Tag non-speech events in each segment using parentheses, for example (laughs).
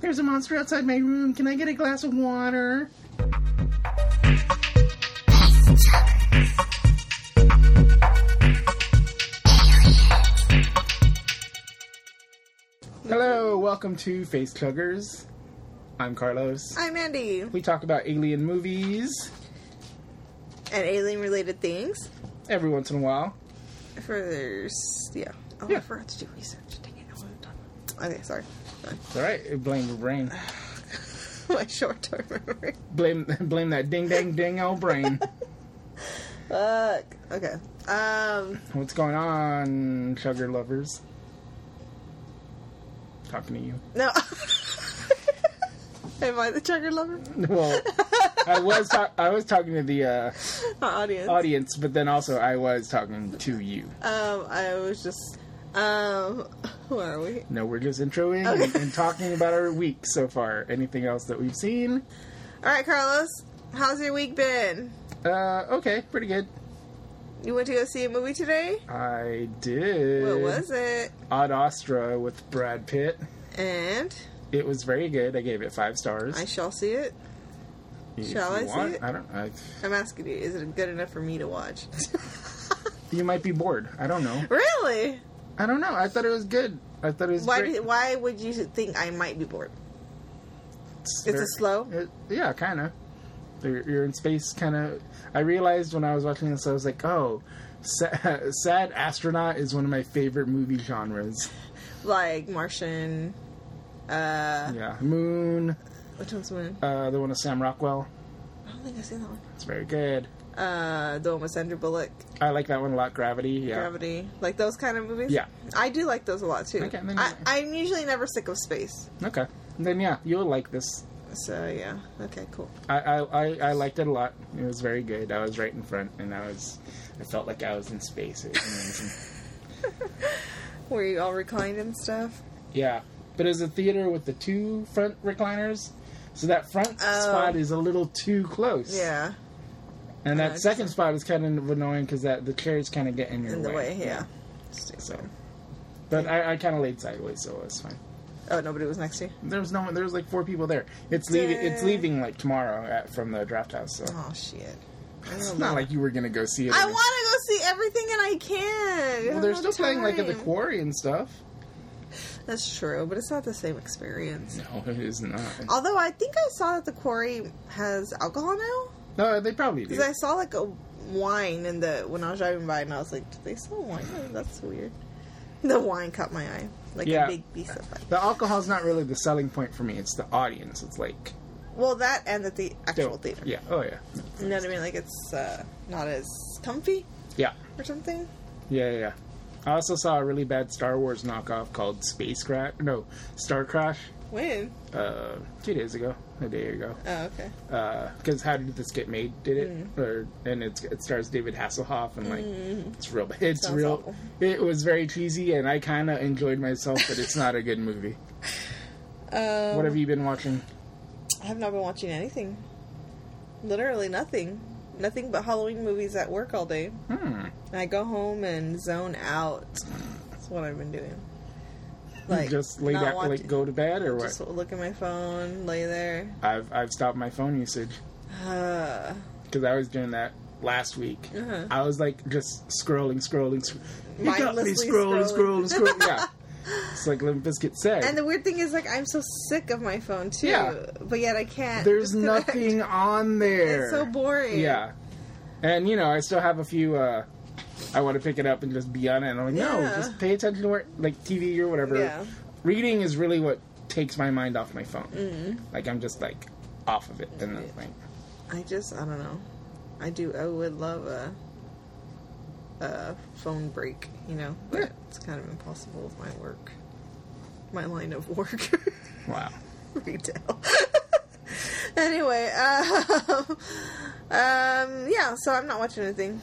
There's a monster outside my room. Can I get a glass of water? Hello, welcome to Face Chuggers. I'm Carlos. I'm Andy. And We talk about alien movies alien related things. every once in a while. For yeah. Oh, Yeah. I forgot to do research. Dang it, I wasn't talking about Okay, sorry. It's all right. Blame the brain. (laughs) My short term memory. Blame (laughs) blame that ding dang ding old (laughs) brain. Fuck. Okay. Um, What's going on, chugger lovers? Talking to you. no. (laughs) Am I the chugger lover? Well, I was ta- I was talking to the uh, Our audience. audience, but then also I was talking to you. Um, I was just. Um, who are we? No, we're just introing and, and talking about our week so far. Anything else that we've seen? All right, Carlos. How's your week been? Uh, okay, pretty good. You went to go see a movie today? I did. What was it? Odd Astra with Brad Pitt. And It was very good. I gave it five stars. I shall see it. If shall you I see want. it? I don't. I, I'm asking you, is it good enough for me to (laughs) watch? you might be bored. I don't know. really? I don't know. I thought it was good. I thought it was. Why? great. Did, why would you think I might be bored? It's a slow? it- yeah, kind of. You're, you're in space, kind of. I realized when I was watching this, I was like, oh, sad, (laughs) sad astronaut is one of my favorite movie genres. Like Martian. Uh, Yeah, Moon, which one's the one? uh, the one with Sam Rockwell. I don't think I've seen that one. It's very good. Uh, the one with Sandra Bullock, I like that one a lot. Gravity. Yeah. Gravity, like those kind of movies. Yeah. I do like those a lot too. Okay, then I, you- I'm usually never sick of space, Okay. Then yeah, you'll like this. so yeah. Okay, cool. I, I, I, I liked it a lot. It was very good. I was right in front, and I was, I felt like I was in space. It was amazing. Were you all reclined and stuff? Yeah, but it's a theater with the two front recliners, so that front Oh. spot is a little too close. Yeah, and that Uh, second spot is kind of annoying because that the chairs kind of get in your in way. the way. Yeah. Stupid. So, but I, I kind of laid sideways, so it's fine. Oh, nobody was next to you. There was no one. There was like four people there. It's leaving. It's Dang. leaving like tomorrow at, from the draft house. So Oh shit. I it's don't not know. like you were gonna go see it. I anyway. want to go see everything and I can. Well, they're still playing like at the quarry and stuff. That's true, but it's not the same experience. No, it is not. (laughs) Although I think I saw that the quarry has alcohol now No, they probably do. because I saw like a wine in the when I was driving by and I was like, do they sell wine? Oh, That's weird. (laughs) The wine caught my eye, like Yeah. a big piece of wine. The alcohol's not really the selling point for me. It's the audience. It's like Well, that and the, the actual Dope. theater. Yeah. Oh yeah. You know what I mean? Like it's uh, not as comfy Yeah. or something. Yeah. Yeah. yeah. I also saw a really bad Star Wars knockoff called Space Crash. No, Star Crash. When? Uh, two days ago, a day ago. Oh, okay. Because how did this get made? Did it? Mm. Or and it's, it stars David Hasselhoff and like it's real. It's Sounds real. awful. It was very cheesy, and I kind of enjoyed myself, but it's not a good movie. Um, What have you been watching? I have not been watching anything. Literally nothing. Nothing but Halloween movies at work all day. Hmm. And I go home and zone out. That's what I've been doing. Like just lay not back, watching- like go to bed, or what? Just look at my phone, lay there. (sighs) I've I've stopped my phone usage. Uh, because I was doing that last week. Uh-huh. I was like just scrolling, scrolling, sc- you got me Mindlessly scrolling, scrolling, scrolling. scrolling. (laughs) yeah, it's like Limp Bizkit said. and the weird thing is, like, I'm so sick of my phone too. Yeah. But yet I can't. (laughs) There's disconnect. nothing on there. It's so boring. Yeah, and you know I still have a few. uh I want to pick it up and just be on it. And I'm like, no, Yeah. just pay attention to where like TV or whatever. Yeah. Reading is really what takes my mind off my phone. Mm-hmm. Like I'm just like off of it, and then like I just, I don't know. I do. I would love a a phone break. You know, but Yeah. it's kind of impossible with my work, my line of work, (laughs) wow. retail. (laughs) anyway, (laughs) um, um, yeah. So I'm not watching anything,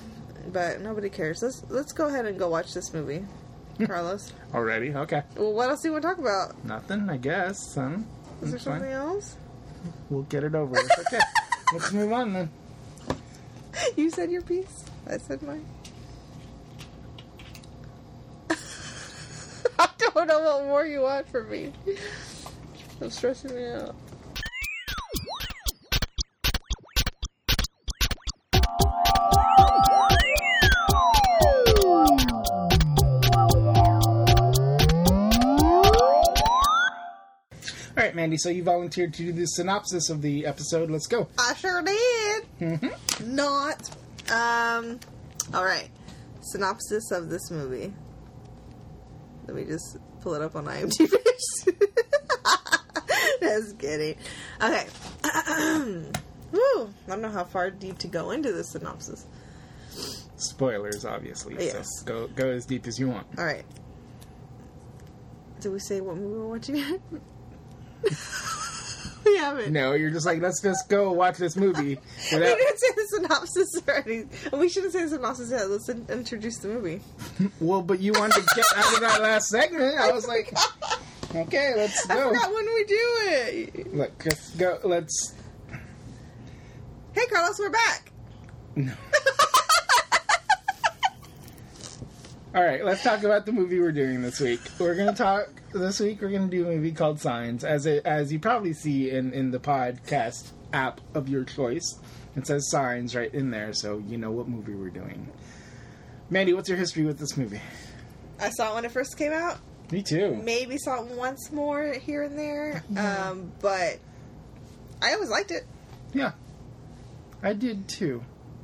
but nobody cares. Let's let's go ahead and go watch this (laughs) movie, Carlos. Already? Okay. well, what else do you want to talk about? Nothing, I guess. Huh? Is there It's fine. something else? We'll get it over with. (laughs) Okay. Let's move on then. (laughs) You said your piece. I said mine. (laughs) I don't know what more you want from me. That's stressing me out. All right, Mandy. So you volunteered to do the synopsis of the episode. Let's go. I sure did. Not. Um. All right. Synopsis of this movie. Let me just pull it up on IMDb. (laughs) just kidding. Okay. (clears throat) Woo. I don't know how far deep to go into this synopsis. Spoilers, obviously. Yes. So go go as deep as you want. All right. Did we say what movie we're watching yet? (laughs) we haven't. No, you're just like let's just go watch this movie We (laughs) without. didn't say the synopsis already. We shouldn't say the synopsis yet. Let's in- introduce the movie. well, but you wanted to get out of that last segment. I was like, okay, let's I go. forgot when we do it. Look, let's go. Let's. Hey, Carlos, we're back. No. All right, let's talk about the movie we're doing this week. We're gonna talk this week. We're gonna do a movie called Signs, as it as you probably see in in the podcast app of your choice. It says Signs right in there, so you know what movie we're doing. Mandy, what's your history with this movie? I saw it when it first came out. Me too. Maybe saw it once more here and there. Um, but I always liked it. Yeah, I did too.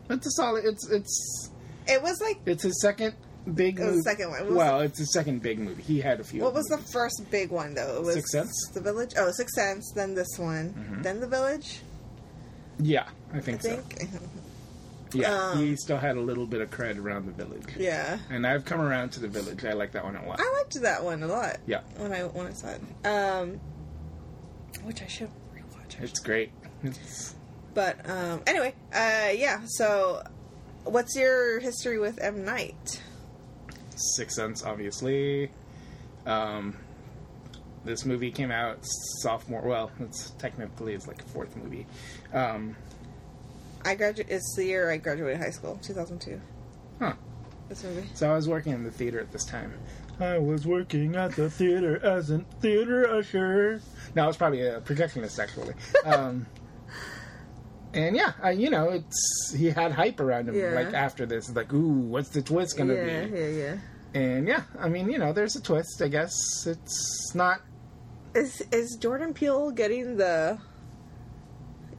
It's a solid. It's it's It was like, it's his second big. It was movie. the second one. What was well, it's his second big movie. He had a few. what was the movies. first big one, though? It was Sixth Sense? Mm-hmm. The Village. Oh, Sixth Sense, then this one, then The Village, Yeah, I I think so. think. Yeah, Um, he still had a little bit of cred around the village. yeah. And I've come around to the village. I like that one a lot. I liked that one a lot. Yeah. When I when I saw it, um, which I should rewatch. actually. It's great. It's, But um, anyway, uh, yeah. So, what's your history with M Night? Six Sense, obviously. Um, this movie came out sophomore. Well, it's technically it's like a fourth movie. Um, I graduate. It's the year I graduated high school, two thousand two. huh. This movie. So I was working in the theater at this time. I was working at the theater as a theater usher. No, I was probably a projectionist actually. (laughs) Um, and yeah, I, you know, it's he had hype around him. Yeah. Like after this, it's like, ooh, what's the twist gonna yeah, be? yeah, yeah. And yeah, I mean, you know, there's a twist. I guess it's not. Is is Jordan Peele getting the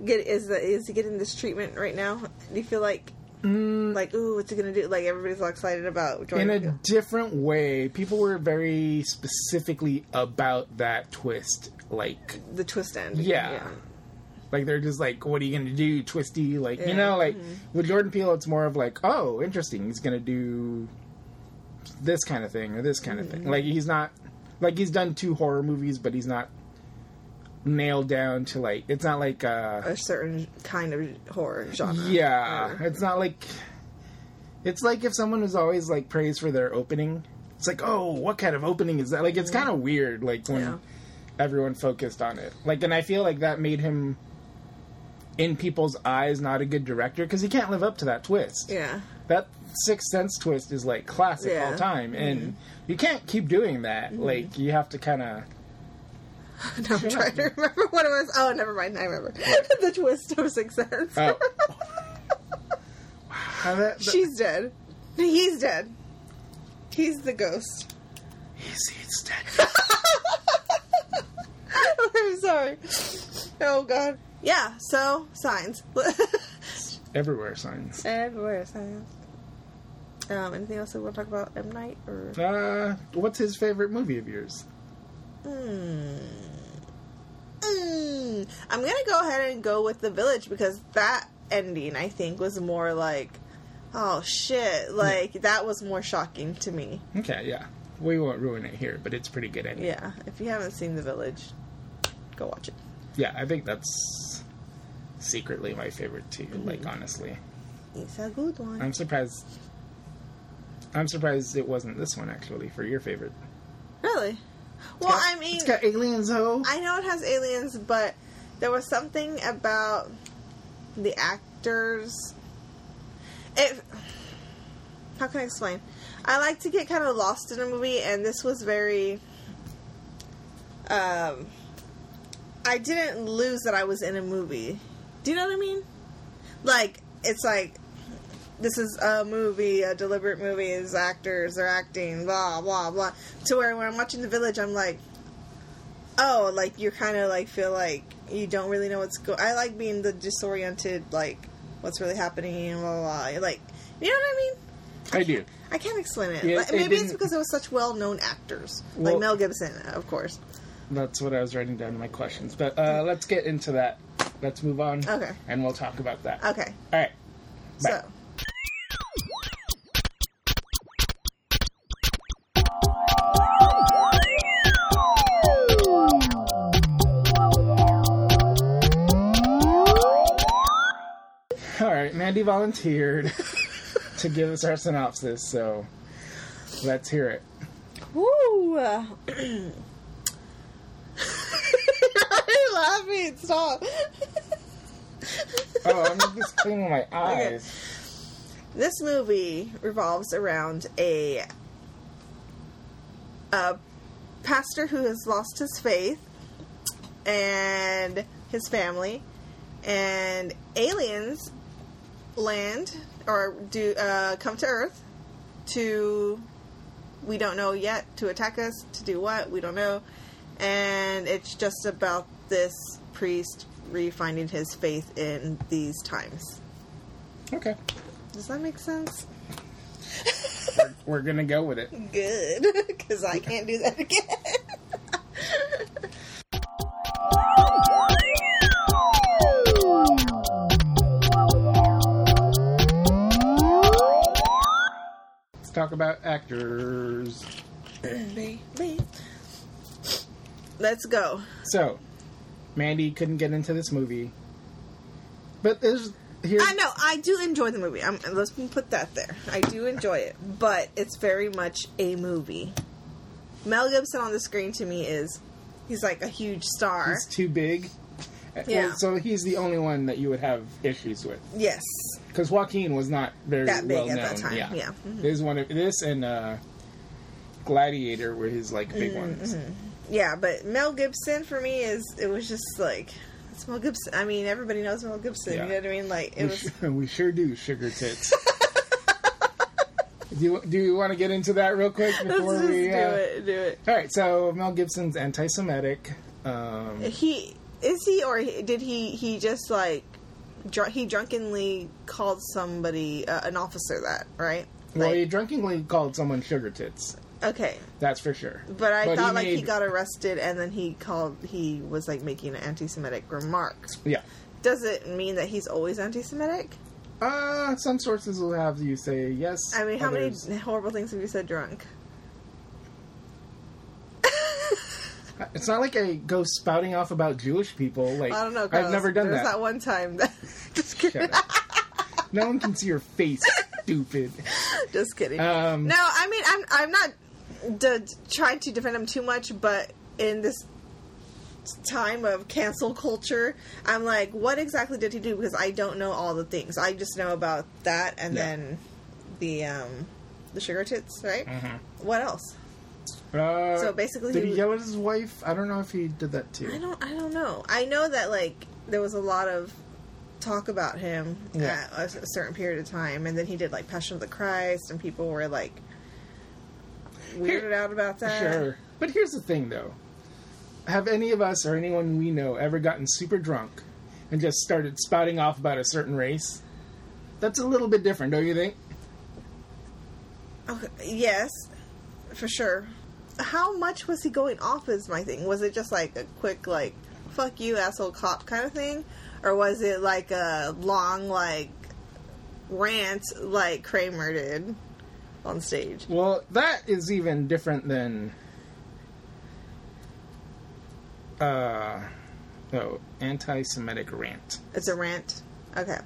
get is the is he getting this treatment right now? Do you feel like Mm, like ooh, what's he gonna do? Like everybody's all excited about Jordan. in a Peele. different way, people were very specifically about that twist. Like, the twist end. Yeah. Like they're just like, what are you gonna do, twisty? Like you Yeah. know, like with Jordan Peele, it's more of like, oh, interesting. He's gonna do this kind of thing or this kind of thing. Like he's not like he's done two horror movies, but he's not nailed down to like. It's not like uh, A certain kind of horror genre. yeah, it's not like it's like if someone was always like praised for their opening. It's like, oh, what kind of opening is that? Like, it's kind of weird. Like when Yeah. everyone focused on it. Like, and I feel like that made him in people's eyes not a good director because he can't live up to that twist. Yeah. (laughs) That Sixth Sense twist is like classic all Yeah. Mm-hmm. time, and you can't keep doing that. Like, you have to kind of. Now I'm trying to remember what it was. Oh, never mind. I remember. (laughs) the twist of Sixth Sense. (laughs) Oh. How that, She's dead. He's dead. He's the ghost. (laughs) he's, he's dead. I'm sorry. Oh God. Yeah. So (laughs) signs. Everywhere signs. Everywhere signs. Um, anything else that we want to talk about? M Night or Uh, what's his favorite movie of yours? Mm. Mm. I'm gonna go ahead and go with the village because that ending I think was more like, oh shit, like that was more shocking to me. Okay, yeah. We won't ruin it here, but it's pretty good anyway. Yeah, if you haven't seen the village, go watch it. Yeah, I think that's secretly my favorite too, Mm-hmm. like honestly. It's a good one. I'm surprised I'm surprised it wasn't this one actually for your favorite. really? Well, I mean, It's got aliens though. I know it has aliens, but there was something about the actors. It. How can I explain? I like to get kind of lost in a movie, and this was very. Um, I didn't lose that I was in a movie. Do you know what I mean? Like it's like this is a movie, a deliberate movie. It's actors, they're acting, blah blah blah. To where when I'm watching The Village, I'm like, oh, like you're kind of like feel like you don't really know what's going. I like being the disoriented, like what's really happening, and blah blah. blah. Like you know what I mean? I do. I can't explain it. Yeah, Like, it maybe it's didn't- because it was such well-known actors, Well- like Mel Gibson, of course. That's what I was writing down in my questions. But uh, let's get into that. Let's move on. Okay. And we'll talk about that. Okay, All right. Bye. so All right. Mandy volunteered (laughs) to give us our synopsis, so let's hear it. woo. (laughs) You're laughing. Stop. (laughs) Oh, I'm just cleaning (laughs) my eyes. this movie revolves around a a pastor who has lost his faith and his family and aliens land or do uh, come to earth to we don't know yet to attack us to do what we don't know and it's just about this priest refinding his faith in these times Okay. does that make sense We're going to go with it. good (laughs) because I can't do that (laughs) again. Let's talk about actors. Baby. Let's go. So, Mandy couldn't get into this movie. But there's here I know I do enjoy the movie. I'm, let's put that there. I do enjoy it, but it's very much a movie. Mel Gibson on the screen to me is he's like a huge star. it's too big. Yeah. So he's the only one that you would have issues with. yes, because Joaquin was not very That big well known. at that time, Yeah, yeah. Mhm. there's one of this and uh, Gladiator were his like big Mm-hmm. ones. yeah, but Mel Gibson for me is it was just like it's Mel Gibson. I mean, everybody knows Mel Gibson. Yeah. You know what I mean? Like it We, was sure, we sure do sugar tits. do you, do you want to get into that real quick (laughs) Let's before just we? do uh, it. Do it. All right, so Mel Gibson's anti-Semitic. Um, He is he or he- did he? He just like dr- he drunkenly called somebody uh, an officer that right? well, he Like, drunkenly called someone sugar tits. okay, That's for sure. but I But he thought like he made- got arrested and then he called. He was like making anti-Semitic remarks. Yeah. Does it mean that he's always anti-Semitic? Uh, some sources will have you say yes. I mean, how others- many horrible things have you said drunk? It's not like I go spouting off about Jewish people. Like I don't know. I've Carlos. never done there that. Was that one time that. (laughs) just kidding. Shut up. no one can see your (laughs) face, stupid. Just kidding. Um, no, I mean I'm I'm not d- trying to defend him too much, but in this time of cancel culture, I'm like, what exactly did he do? Because I don't know all the things. I just know about that, and Yeah. then the um the sugar tits, right? Mm-hmm. What else? Uh, So basically did he he was- yell at his wife? I don't know if he did that I too. don't I don't know. I know that like there was a lot of talk about him Yeah. at a s- a certain period of time, and then he did like Passion of the Christ, and people were like weirded out about that. Sure, but here's the thing, though: have any of us or anyone we know ever gotten super drunk and just started spouting off about a certain race? That's a little bit different, don't you think? Okay, yes, for sure. How much was he going off is my thing. Was it just like a quick like fuck you asshole cop kind of thing? Or was it like a long like rant like Kramer did on stage? Well, that is even different than. Uh, oh, anti-Semitic rant. It's a rant. Okay.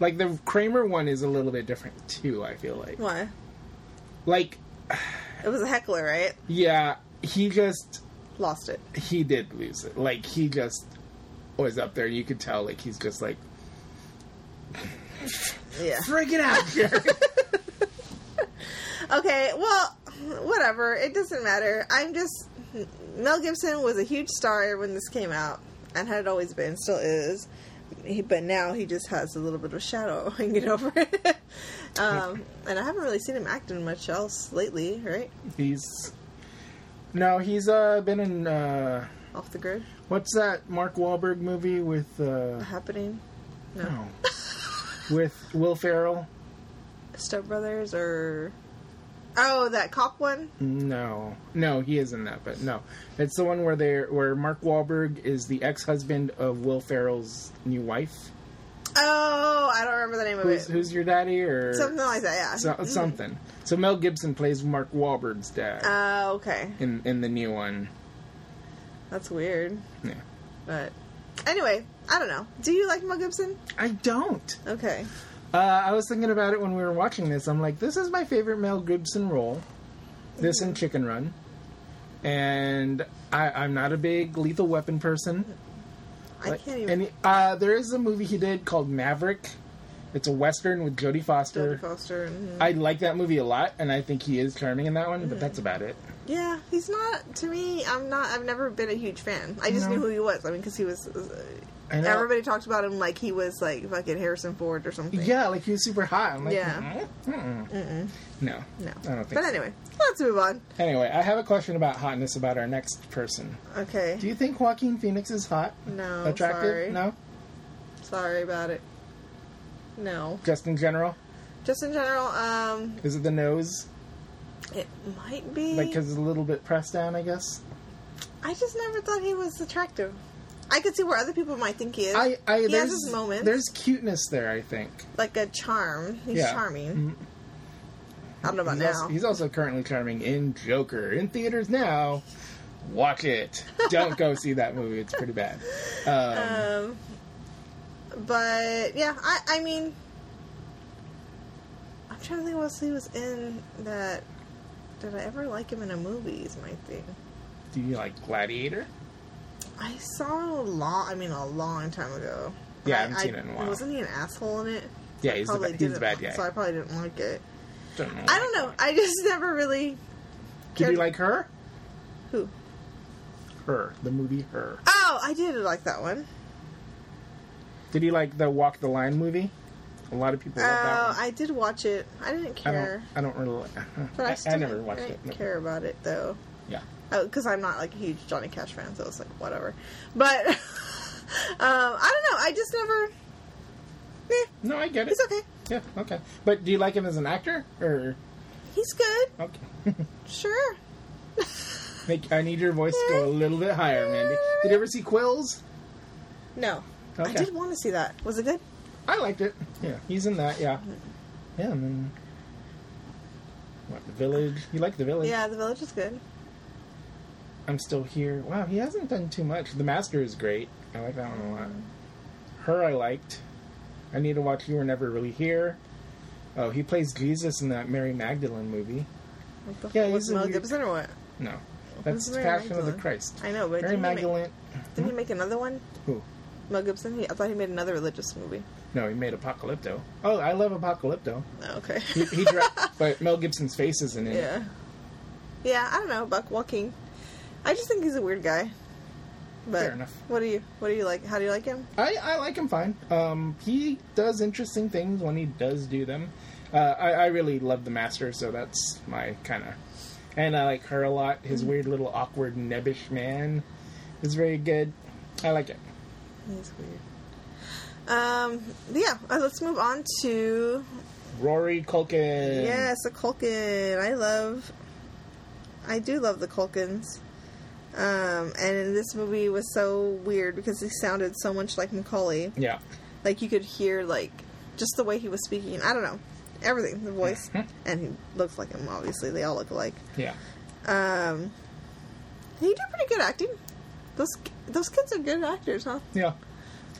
Like the Kramer one is a little bit different too. I feel like. Why? Like It was a heckler, right? Yeah, he just Lost it. he did lose it. Like he just was up there. You could tell. Like he's just like Yeah. freak it out here. Okay, well, whatever. It doesn't matter. I'm just Mel Gibson was a huge star when this came out. and had always been, still is. He, but now he just has a little bit of shadow (laughs) hanging over it. (laughs) um, and I haven't really seen him act in much else lately, right? (laughs) He's no, he's uh, been in uh, Off the grid, what's that Mark Wahlberg movie with uh, happening. No, no, with Will Ferrell? Step Brothers or oh, that cop one. No, no, he isn't that. But no, it's the one where they are where Mark Wahlberg is the ex-husband of Will Ferrell's new wife. Oh, I don't remember the name of Who's, it. who's your daddy or Something like that. Yeah. so, something? So Mel Gibson plays Mark Wahlberg's dad Uh, okay, in in the new one. that's weird. Yeah, But anyway, I don't know. Do you like Mel Gibson? I don't. Okay. Uh, I was thinking about it when we were watching this. I'm like, this is my favorite Mel Gibson role. This Mhm. and Chicken Run. And I, I'm not a big Lethal Weapon person. I Like, can't even. And uh, there is a movie he did called Maverick. It's a western with Jodie Foster. Jodie Foster. mhm. I like that movie a lot, and I think he is charming in that one. But that's Mm-hmm. about it. Yeah, he's not. To me, I'm not. I've never been a huge fan. I just No. knew who he was. I mean, because he was. uh, I know. Everybody talked about him like he was like fucking Harrison Ford or something. Yeah, like he was super hot. I'm like, Yeah. mm-mm, mm-mm. No, No. I don't think. But so. anyway, let's move on. Anyway, I have a question about hotness about our next person. Okay. Do you think Joaquin Phoenix is hot? No, Attractive? sorry. No? Sorry about it. No. Just in general? Just in general, um, Is it the nose? it might be. Like, because it's a little bit pressed down, I guess? I just never thought he was attractive. I could see where other people might think he is. I, I, he has there's, his moments. There's cuteness there, I think. like a charm. He's Yeah. charming. Mhm. I don't know about he's, now. Also, he's also currently charming in Joker. In theaters now. Watch it. Don't go see that movie. It's pretty (laughs) bad. Um, Um, but yeah, I I mean, I'm trying to think what else he was in that. Did I ever like him in a movie? Is my thing. do you like Gladiator? I saw him a long. I mean, a long time ago. Yeah, I And haven't seen it in a while. Wasn't he an asshole in it? Yeah, he's, a, Probably ba- he's a didn't- bad guy. So I probably didn't like it. Don't know. I don't know. I just (laughs) never really. Did you cared- like her? who? Her. The movie Her. Oh, I did like that one. Did you like the Walk the Line movie? A lot of people Oh, love that one. I did watch it. I didn't I care, don't. I don't really. uh, but I, I, still I never didn't- watched I it. didn't no. care about it though. Yeah. because I'm not like a huge Johnny Cash fan, so it's like whatever. But (laughs) um, I don't know. I just never. Eh, No, I get it. he's okay. Yeah. Okay. But do you like him as an actor or? He's good. Okay. (laughs) Sure. Make, I need your voice to go a little bit higher, Mandy. Did you ever see Quills? No, I Okay. did want to see that. Was it good? I liked it. Yeah. He's in that. Yeah. Yeah. And then. What the village? You like the village? Yeah, The Village is good. I'm still here. Wow, he hasn't done too much. The Master is great. I like that one a lot. Her, I liked. I need to watch You Were Never Really Here. Oh, he plays Jesus in that Mary Magdalene movie. What the Yeah, fuck he's was a Mel weird- Gibson or what? No, that's Who's Mary Passion of the Magdalene? Christ. I know, Mary but didn't, He Magdalene. make, didn't he make another one? Who? Mel Gibson. He, I thought he made another religious movie. No, he made Apocalypto. Oh, I love Apocalypto. Oh, okay. (laughs) He, he dra- but Mel Gibson's face isn't in it. yeah. Yeah, I don't know. Buck Walking. I just think he's a weird guy. But Fair enough. What do you What do you like? How do you like him? I, I like him fine. Um, he does interesting things when he does do them. Uh, I, I really love the master, so that's my kind of. And I like her a lot. His Mm. weird little awkward nebbish man is very good. I like it. He's weird. Um, yeah, uh, let's move on to Rory Culkin. yes, the Culkin. I love, I do love the Culkins. Um, and this movie was so weird because he sounded so much like Macaulay. Yeah. Like you could hear like just the way he was speaking. I don't know, everything, the voice, Mm-hmm. and he looks like him. Obviously, they all look alike. Yeah. Um, he did pretty good acting. Those those kids are good actors, huh? Yeah.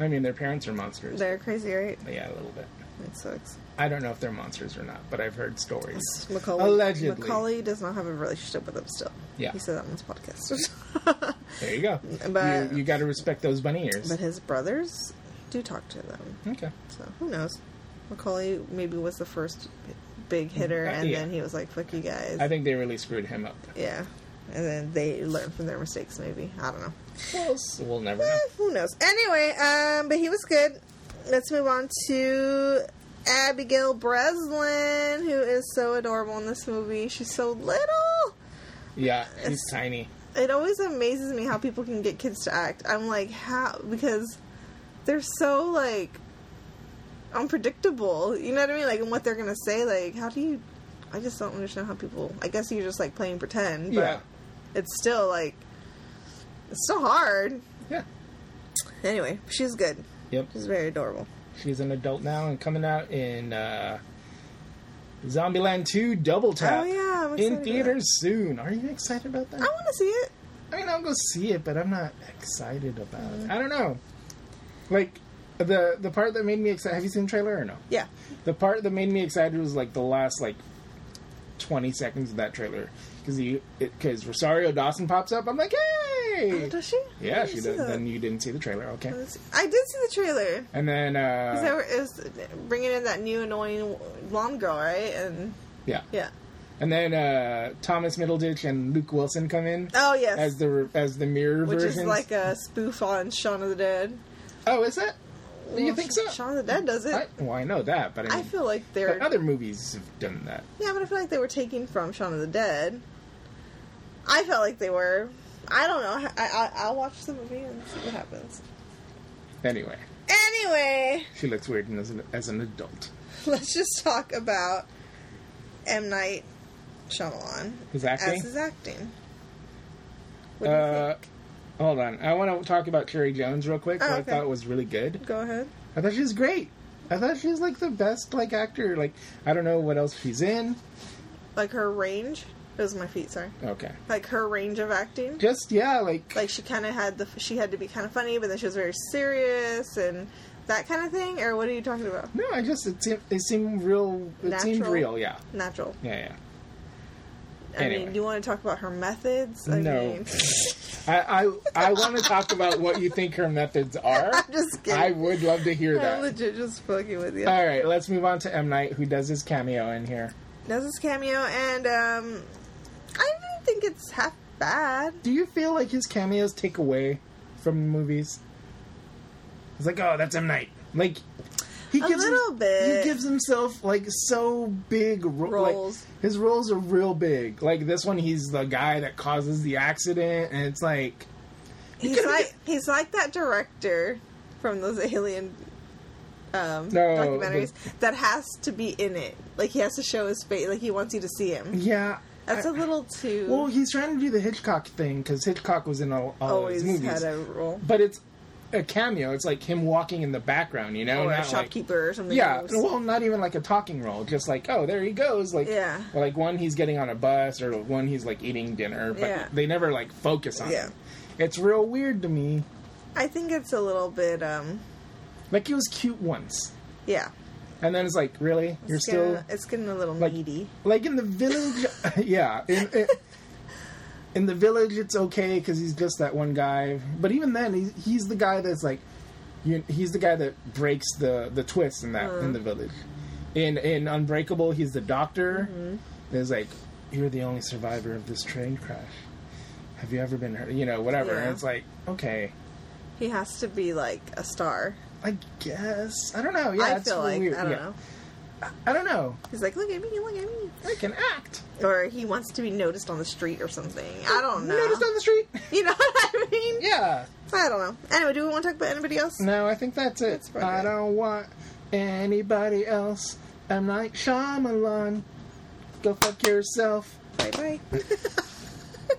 I mean, their parents are monsters. They're crazy, right? yeah, a little bit. It sucks. I don't know if they're monsters or not, but I've heard stories. Macaulay. Allegedly. Macaulay does not have a relationship with him still. Yeah. He said that on his podcast. (laughs) There you go. But- you you got to respect those bunny ears. but his brothers do talk to them. okay. So who knows? Macaulay maybe was the first big hitter, Uh, and yeah. then he was like, fuck you guys. I think they really screwed him up. yeah. and then they learn from their mistakes. Maybe I don't know. Well, s- we'll never know. Eh, who knows? Anyway, um, but he was good. Let's move on to Abigail Breslin, who is so adorable in this movie. She's so little. Yeah, he's It's- tiny. It always amazes me how people can get kids to act. I'm like, how? Because they're so like unpredictable. You know what I mean? Like, and what they're gonna say. Like, how do you? I just don't understand how people. I guess you're just like playing pretend. But Yeah. It's still like, it's still hard. Yeah. Anyway, she's good. Yep. She's very adorable. She's an adult now and coming out in uh, Zombieland 2 Double Tap. Oh, yeah, I'm excited in about theaters soon. Are you excited about that? I want to see it. I mean, I'll go see it, but I'm not excited about Uh. it. I don't know. Like the the part that made me excited. Have you seen the trailer or no? Yeah. The part that made me excited was like the last like 20 seconds of that trailer because he because Rosario Dawson pops up. I'm like, hey. Does she? I Yeah, didn't she see does. that. Then you didn't see the trailer, okay? I did see the trailer. And then Is uh, that is bringing in that new annoying blonde girl, right? And yeah, yeah. and then uh, Thomas Middleditch and Luke Wilson come in Oh yes. as the as the mirror which versions. is like a spoof on Shaun of the Dead. oh, is that? you Well, think so? Shaun of the Dead does it. I, I, well, I know that, but I, mean, feel like but they're other movies have done that. yeah, but I feel like they were taking from Shaun of the Dead. I felt like they were. I don't know. I, I I'll watch the movie and see what happens. Anyway, Anyway, she looks weird as an, as an adult. (laughs) let's just talk about M Night Shyamalan His acting? as his acting. What do you Uh, hold on, I want to talk about Cherry Jones real quick. Oh, who I okay. thought was really good. think? Go ahead. I thought she was great. I thought she was like the best like actor. Like I don't know what else she's in. Like her range. It was my feet. Sorry. Okay, Like her range of acting. just yeah, like, like she kind of had the she had to be kind of funny, but then she was very serious and that kind of thing. Or what are you talking about? no, I just it seemed it seemed real. It seemed Natural. real. Yeah, Natural. yeah, I Anyway. mean, you want to talk about her methods? I No. mean, (laughs) yeah. I I, I want to talk about what you think her methods are. (laughs) I'm just kidding. I would Uh, love to hear I'm that. legit just fucking with you. All right, let's move on to M Night, who does his cameo in here. Does this cameo, and um, I don't think it's half bad. Do you feel like his cameos take away from the movies? It's like, oh, that's M Night. Like he A little bit. He gives himself like so big ro- Roles. Like, his roles are real big. Like this one, he's the guy that causes the accident, and it's like, He's could've like he's like that director from those alien um, No, documentaries that has to be in it. Like he has to show his face. Like he wants you to see him. yeah. That's I- a little too. well, he's trying to do the Hitchcock thing because Hitchcock was in all, all always his movies, had a role. but it's a cameo. It's like him walking in the background, you know, Or a not like- shopkeeper or something. Yeah, else. well, not even like a talking role, just like oh, there he goes, like Yeah. or, like one he's getting on a bus or one he's like eating dinner, but Yeah. they never like focus on Yeah. him. It's real weird to me. I think it's a little bit, um, Like he was cute once, yeah. and then it's like really you're it's getting, still it's getting a little like- needy. like in the village, (laughs) yeah. In, in, in the village, it's okay because he's just that one guy. But even then, he's, he's the guy that's like, you, he's the guy that breaks the the twist in that Uh-huh. in the village. In in Unbreakable, he's the doctor. Mm-hmm. There's like, you're the only survivor of this train crash. Have you ever been hurt? You know, whatever. Yeah. And it's like, okay, He has to be like a star. I guess I don't know. Yeah, I it's feel like weird. I don't Yeah. know. I don't know. He's like, look at me, look at me, I can act. or he wants to be noticed on the street or something. I don't know. Noticed on the street. (laughs) you know what I mean? yeah. I don't know. Anyway, do we want to talk about anybody else? No, I think that's it. That's probably I it. don't want anybody else. I'm like Shyamalan. Go fuck yourself. Bye bye. (laughs)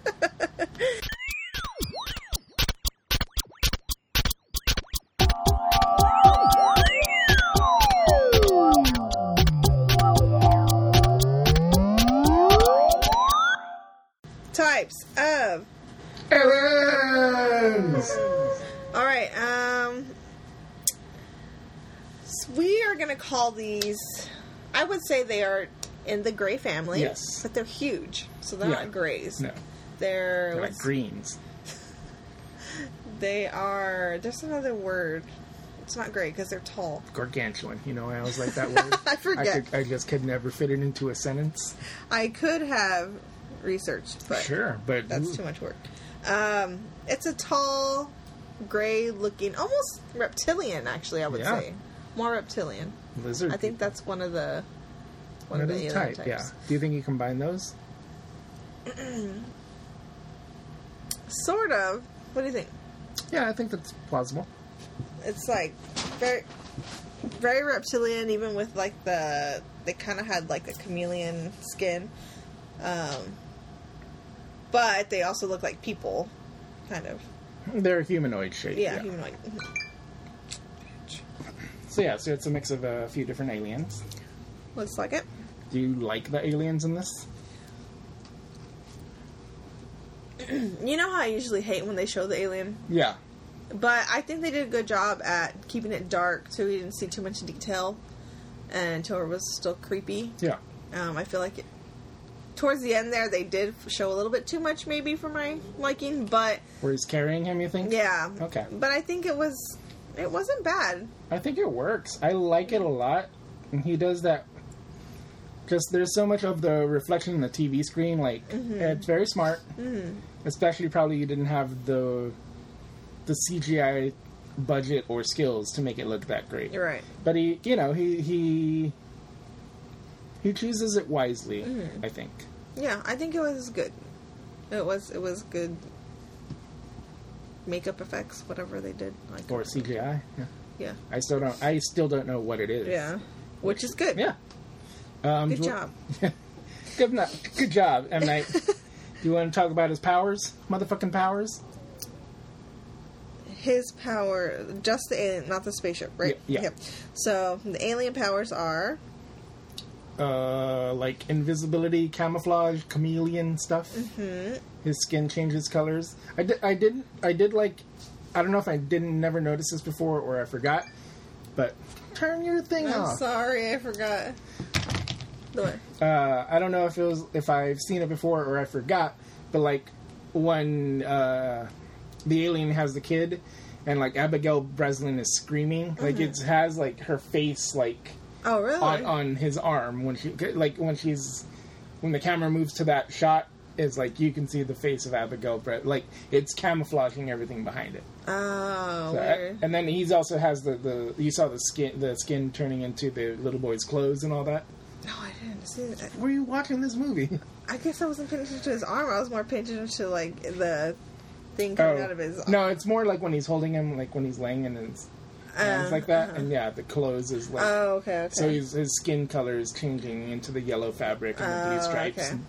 Types of. Aliens! All right. Um, s- we are going to call these. I would say they are in the gray family. Yes. but they're huge, so they're Yeah. not grays. No, they're They're, like what's- greens. they are. There's another word. It's not gray because they're tall. Gargantuan. You know, I always like that word. (laughs) I forget. I, could, I just could never fit it into a sentence. I could have research, but sure, but that's too much work. Um, it's a tall, gray-looking, almost reptilian. Actually, I would Yeah. say more reptilian. lizard. I think that's one of the one of the alien type. types. Yeah. Do you think you combine those? Sort of. What do you think? Yeah, I think that's plausible. It's like very very reptilian, even with like the they kind of had like a chameleon skin, um, but they also look like people, kind of. They're humanoid shape. Yeah, humanoid. So yeah, so it's a mix of a few different aliens. (laughs) Looks like it. Do you like the aliens in this? You know how I usually hate when they show the alien, Yeah. but I think they did a good job at keeping it dark, so we didn't see too much detail, and until it was still creepy. Yeah. Um, I feel like it, towards the end there, they did show a little bit too much, maybe for my liking. But Where he's carrying him, you think? yeah, Okay. But I think it was it wasn't bad. I think it works. I like it a lot. And he does that because there's so much of the reflection in the TV screen. Like Mm-hmm. it's very smart. Especially probably you didn't have the the CGI budget or skills to make it look that great. You're right. But he, you know, he he he chooses it wisely. Mm. I think. Yeah, I think it was good. It was it was good. Makeup effects, whatever they did, like Or CGI. Yeah. yeah, I still don't. I still don't know what it is. yeah, which is good. Yeah. Um, good do- job. Good, no, good job, M. Night. Do you want to talk about his powers? Motherfucking powers? his power, just the alien, not the spaceship, right? Yeah, yeah. Okay. So the alien powers are Uh, like invisibility, camouflage, chameleon stuff. His skin changes colors. I did, I did, I did like, I don't know if I didn't never notice this before or I forgot, but turn your thing I'm off. sorry, I forgot. The way. uh, I don't know if it was if I've seen it before or I forgot, but like when uh, the alien has the kid and like Abigail Breslin is screaming, like it has like her face like Oh, really? on, on his arm when she like when she's when the camera moves to that shot is like you can see the face of Abigail Bre- like it's camouflaging everything behind it. Oh, So, weird. and then he's also has the, the you saw the skin the skin turning into the little boy's clothes and all that. no, I didn't see that. Were you watching this movie? (laughs) I guess I wasn't paying attention to his arm. I was more paying attention to like the thing coming Oh. out of his. No, it's more like when he's holding him, like when he's laying in his hands Um, like that, and yeah, the clothes is like. Oh, okay, okay. So his his skin color is changing into the yellow fabric and the blue Oh, stripes. okay. and-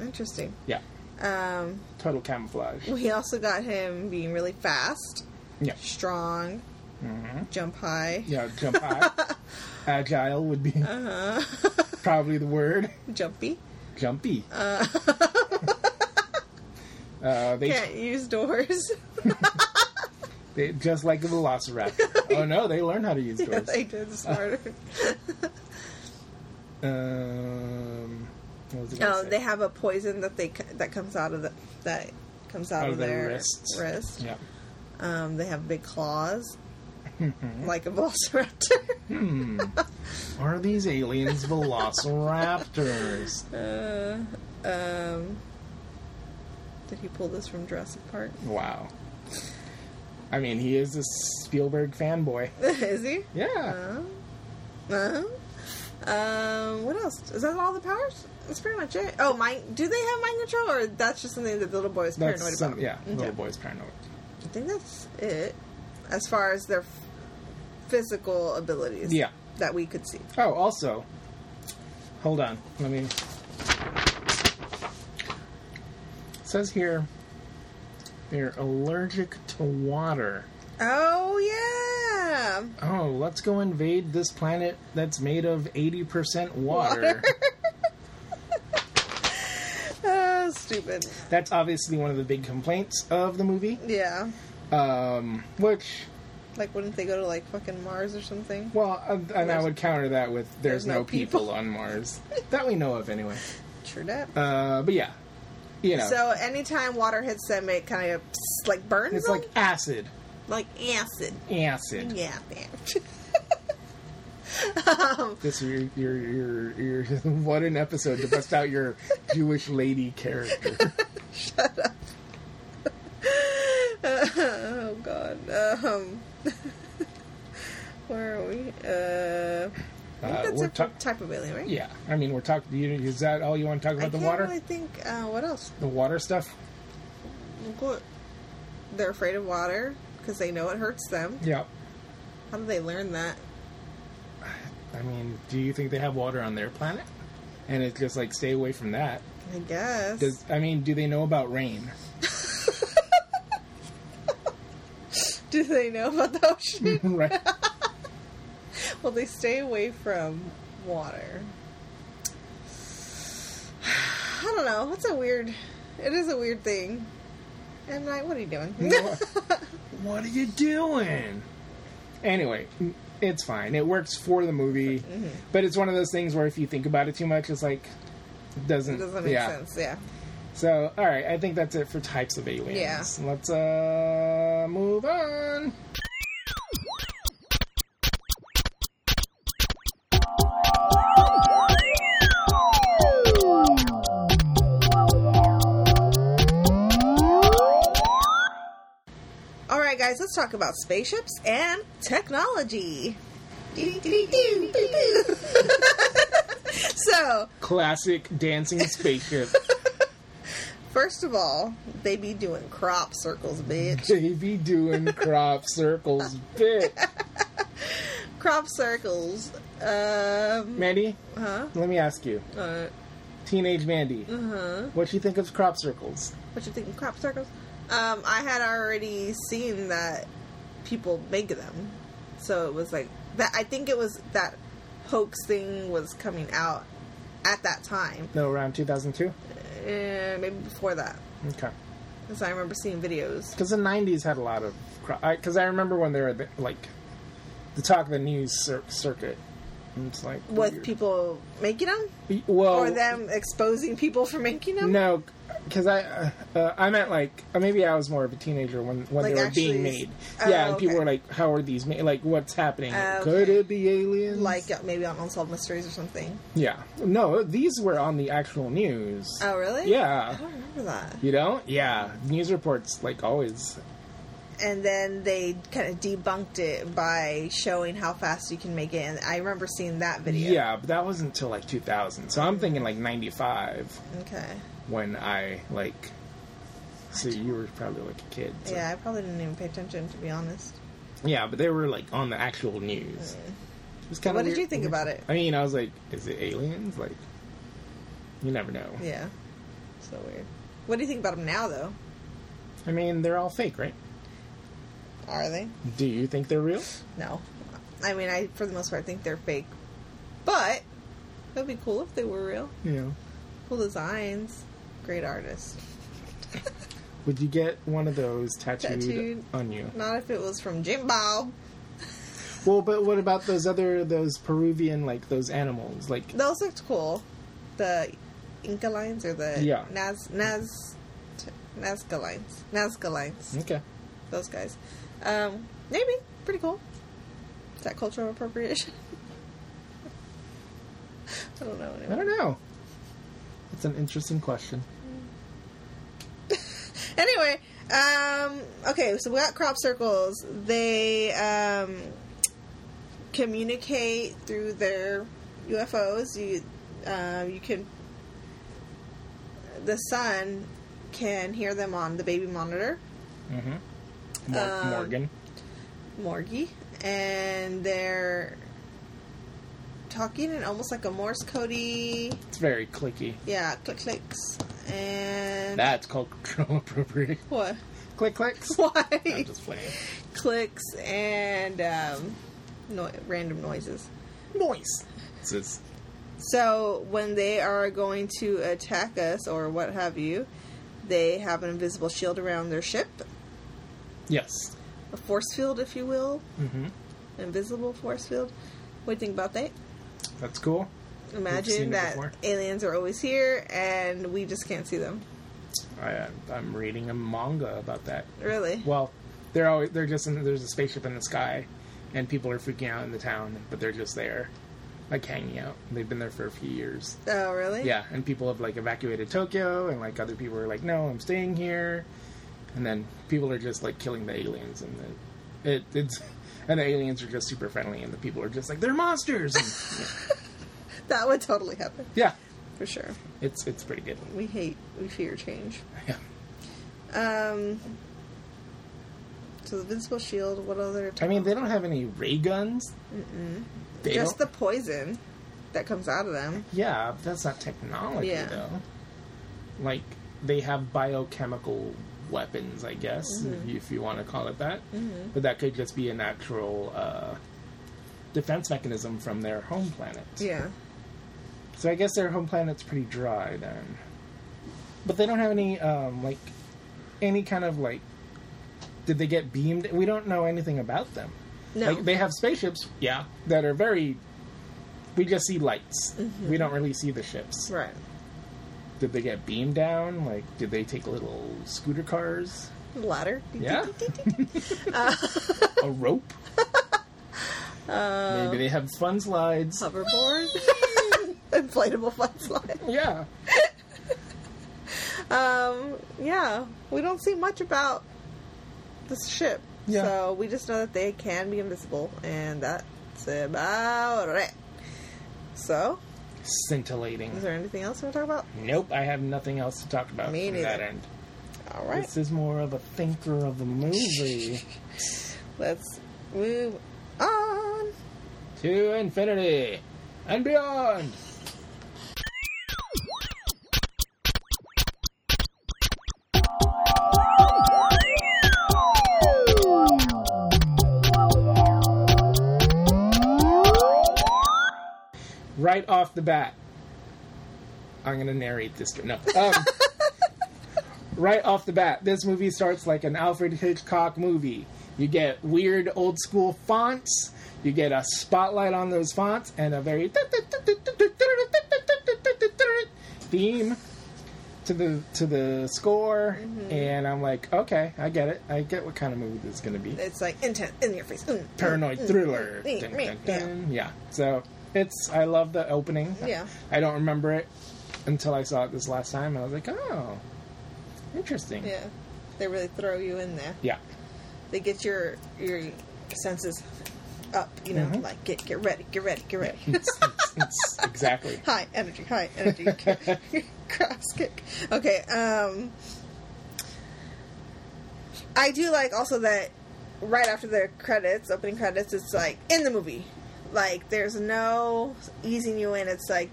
Interesting. yeah, Um, total camouflage. we also got him being really fast, Yeah, Mm-hmm. strong, jump high, yeah, jump (laughs) high. Agile would be Uh-huh. (laughs) probably the word. jumpy. Jumpy. Uh, (laughs) they, Can't use doors. (laughs) they just like the Velociraptor. (laughs) oh no, they learn how to use doors. Uh, they did smarter. (laughs) um, what was I gonna No, say? Oh, they have a poison that they c- that comes out of the that comes out Out of, of their their, wrists. wrist. Yeah. Um, they have big claws, Mm-hmm. like a (laughs) velociraptor. Are these aliens velociraptors? Uh, um, did he pull this from Jurassic Park? (laughs) Wow. I mean, he is a Spielberg fanboy. Is he? Yeah. Uh, uh, um, what else? Is that all the powers? That's pretty much it. Oh, mind? Do they have mind control, or that's just something that the little boy is paranoid That's some, about? yeah, Okay. little boy's paranoid. I think that's it, as far as their f- physical abilities. Yeah. that we could see. Oh, also, hold on. Let me. It says here they're allergic to water. Oh yeah, Oh, let's go invade this planet that's made of 80% water. (laughs) oh, stupid. that's obviously one of the big complaints of the movie. Yeah, Um, which like wouldn't they go to like fucking Mars or something? Well, uh, and I would counter that with there's, no, people. people." on Mars that we know of anyway. True that. Uh, but yeah, you know, So anytime water hits them, it kind of like burns it's them, like acid, like acid. (laughs) acid. Yeah, man. Um, This your your your, your (laughs) what an episode to bust out your Jewish lady (laughs) character. Uh, oh God. Um, (laughs) where are we? Uh, I think Uh, that's we're it for ta- Type of alien, right? yeah, I mean we're talking. do You, is that all you want to talk I about? The can't water, really think. Uh, what else? the water stuff. What? They're afraid of water because they know it hurts them. Yeah, How do they learn that? I mean, do you think they have water on their planet? And it's just like stay away from that. I guess. Does I mean, do they know about rain? (laughs) (laughs) Do they know about the ocean? right. well, they stay away from water. (sighs) I don't know. That's a weird. It is a weird thing. And like, what are you doing? (laughs) What? What are you doing? Anyway, it's fine. It works for the movie, Mm-hmm. but it's one of those things where if you think about it too much, it's like doesn't it doesn't make yeah. sense. Yeah. So, all right, I think that's it for types of aliens. Yeah. Let's uh move on. All right, guys. Let's talk about spaceships and technology. (laughs) so, Classic (laughs) dancing spaceship. first of all, they be doing crop (laughs) circles, bitch. JV doing crop circles. Bit. (laughs) crop circles. Um. Mandy, Huh. let me ask you. Uh, Teenage Mandy, Uh-huh. what you think of crop circles? What you think of crop circles? Um, I had already seen that people make them. So it was like that I think it was that hoax thing was coming out at that time. No, around 2002? Uh, maybe before that. Okay. Because I remember seeing videos. Because the 90s had a lot of crop. Because I, remember when they were, the, like, the talk of the news cir- circuit. And It's like. With weird. people making them? Well, Or them exposing people for making them? No, because I uh, I meant like uh, maybe I was more of a teenager when when Like they were actually- being made. oh, yeah, and people okay. were like, "How are these made? Like, what's happening? Oh, Could okay. it be aliens?" Like uh, maybe on Unsolved Mysteries or something. yeah, no, these were on the actual news. Oh, really? yeah, I don't remember that. you know, yeah, news reports like always. and then they kind of debunked it by showing how fast you can make it. And I remember seeing that video. Yeah, but that wasn't until like 2000. So I'm thinking like 95 Okay. when I like. So you were probably like a kid. So. Yeah, I probably didn't even pay attention to be honest. Yeah, but they were like on the actual news. It was kinda Mm. What did weird- you think about it? I mean, I was like, is it aliens? Like, you never know. Yeah. So weird. What do you think about them now, though? I mean, they're all fake, right? Are they? Do you think they're real? No. I mean, I for the most part think they're fake, but that'd be cool if they were real. Yeah. Cool designs, great artists. Would you get one of those tattooed, Tattooed. on you? Not if it was from Jim Bob. Well, but what about those other those Peruvian like those animals? Like, Those looked cool. The Inca lines or the Yeah. Naz Naz t- Nazca lines, Nazca lines. okay, Those guys, um, maybe pretty cool. Is that cultural appropriation? (laughs) I don't know. I Anyway. don't know. That's an interesting question. (laughs) anyway, um, okay, so we got crop circles. They um, communicate through their UFOs. You uh, you can the sun can hear them on the baby monitor, Mm-hmm. Mor- Um, Morgan. Morgie, and they're talking in almost like a Morse codey. It's very clicky. Yeah, click clicks and That's cultural appropriation. what? (laughs) Click clicks. Why? (laughs) I'm just playing. clicks and um, no- random noises. Noise. It's just So when they are going to attack us or what have you, they have an invisible shield around their ship, yes. a force field, if you will, Mm-hmm. invisible force field. What do you think about that? That's cool. seen Imagine it that before. aliens are always here and we just can't see them. I, I'm reading a manga about that. Really? Well, they're always they're just in, there's a spaceship in the sky, and people are freaking out in the town, but they're just there, like hanging out. They've been there for a few years. Oh, really? Yeah, and people have like evacuated Tokyo, and like other people are like, "No, I'm staying here," and then people are just like killing the aliens, and the, it, it's (laughs) and the aliens are just super friendly, and the people are just like, "They're monsters." (laughs) And, That would totally happen yeah, for sure. it's it's pretty good. (laughs) We hate, we fear change. Yeah. Um. So the invincible shield. What other? I mean, they don't have any ray guns. They just don't- the poison that comes out of them. yeah, but that's not technology Yeah. though. Like they have biochemical weapons, I guess, Mm-hmm. if, you, if you want to call it that. But that could just be a natural uh, defense mechanism from their home planet. Yeah. So I guess their home planet's pretty dry then. But they don't have any um, like any kind of like. Did they get beamed? We don't know anything about them. No. Like they have spaceships, yeah, that are very. We just see lights. Mm-hmm. We don't really see the ships. right. Did they get beamed down? Like, did they take little scooter cars? Ladder. Yeah. (laughs) A (laughs) rope? Uh, Maybe they have fun slides. Hoverboard. (laughs) Inflatable fun slide. Yeah. Um. Yeah. We don't see much about this ship. Yeah. So we just know that they can be invisible, and that's about it. So, Scintillating. is there anything else we want to talk about? Nope, I have nothing else to talk about Me from that neither. end. All right. This is more of a thinker of a movie. (laughs) Let's move on. to infinity and beyond. Right off the bat, I'm gonna narrate this. No. Um, right off the bat, this movie starts like an Alfred Hitchcock movie. You get weird old school fonts, you get a spotlight on those fonts, and a very theme to the to the score. And I'm like, okay, I get it. I get what kind of movie this is gonna be. It's like intent in your face. Mm. Paranoid thriller. mm, Dun, mm, dun, dun. Yeah. So it's I love the opening. Yeah. I don't remember it until I saw it this last time. I was like, oh, interesting. Yeah, they really throw you in there. Yeah. They get your your senses up. You Mm-hmm. know, like get get ready, get ready, get ready. (laughs) (laughs) It's- it's- it's- exactly. high energy, high (laughs) energy. Cross kick. Okay. Um, I do like also that right after the credits, opening credits, it's like in the movie. Like there's no easing you in. It's like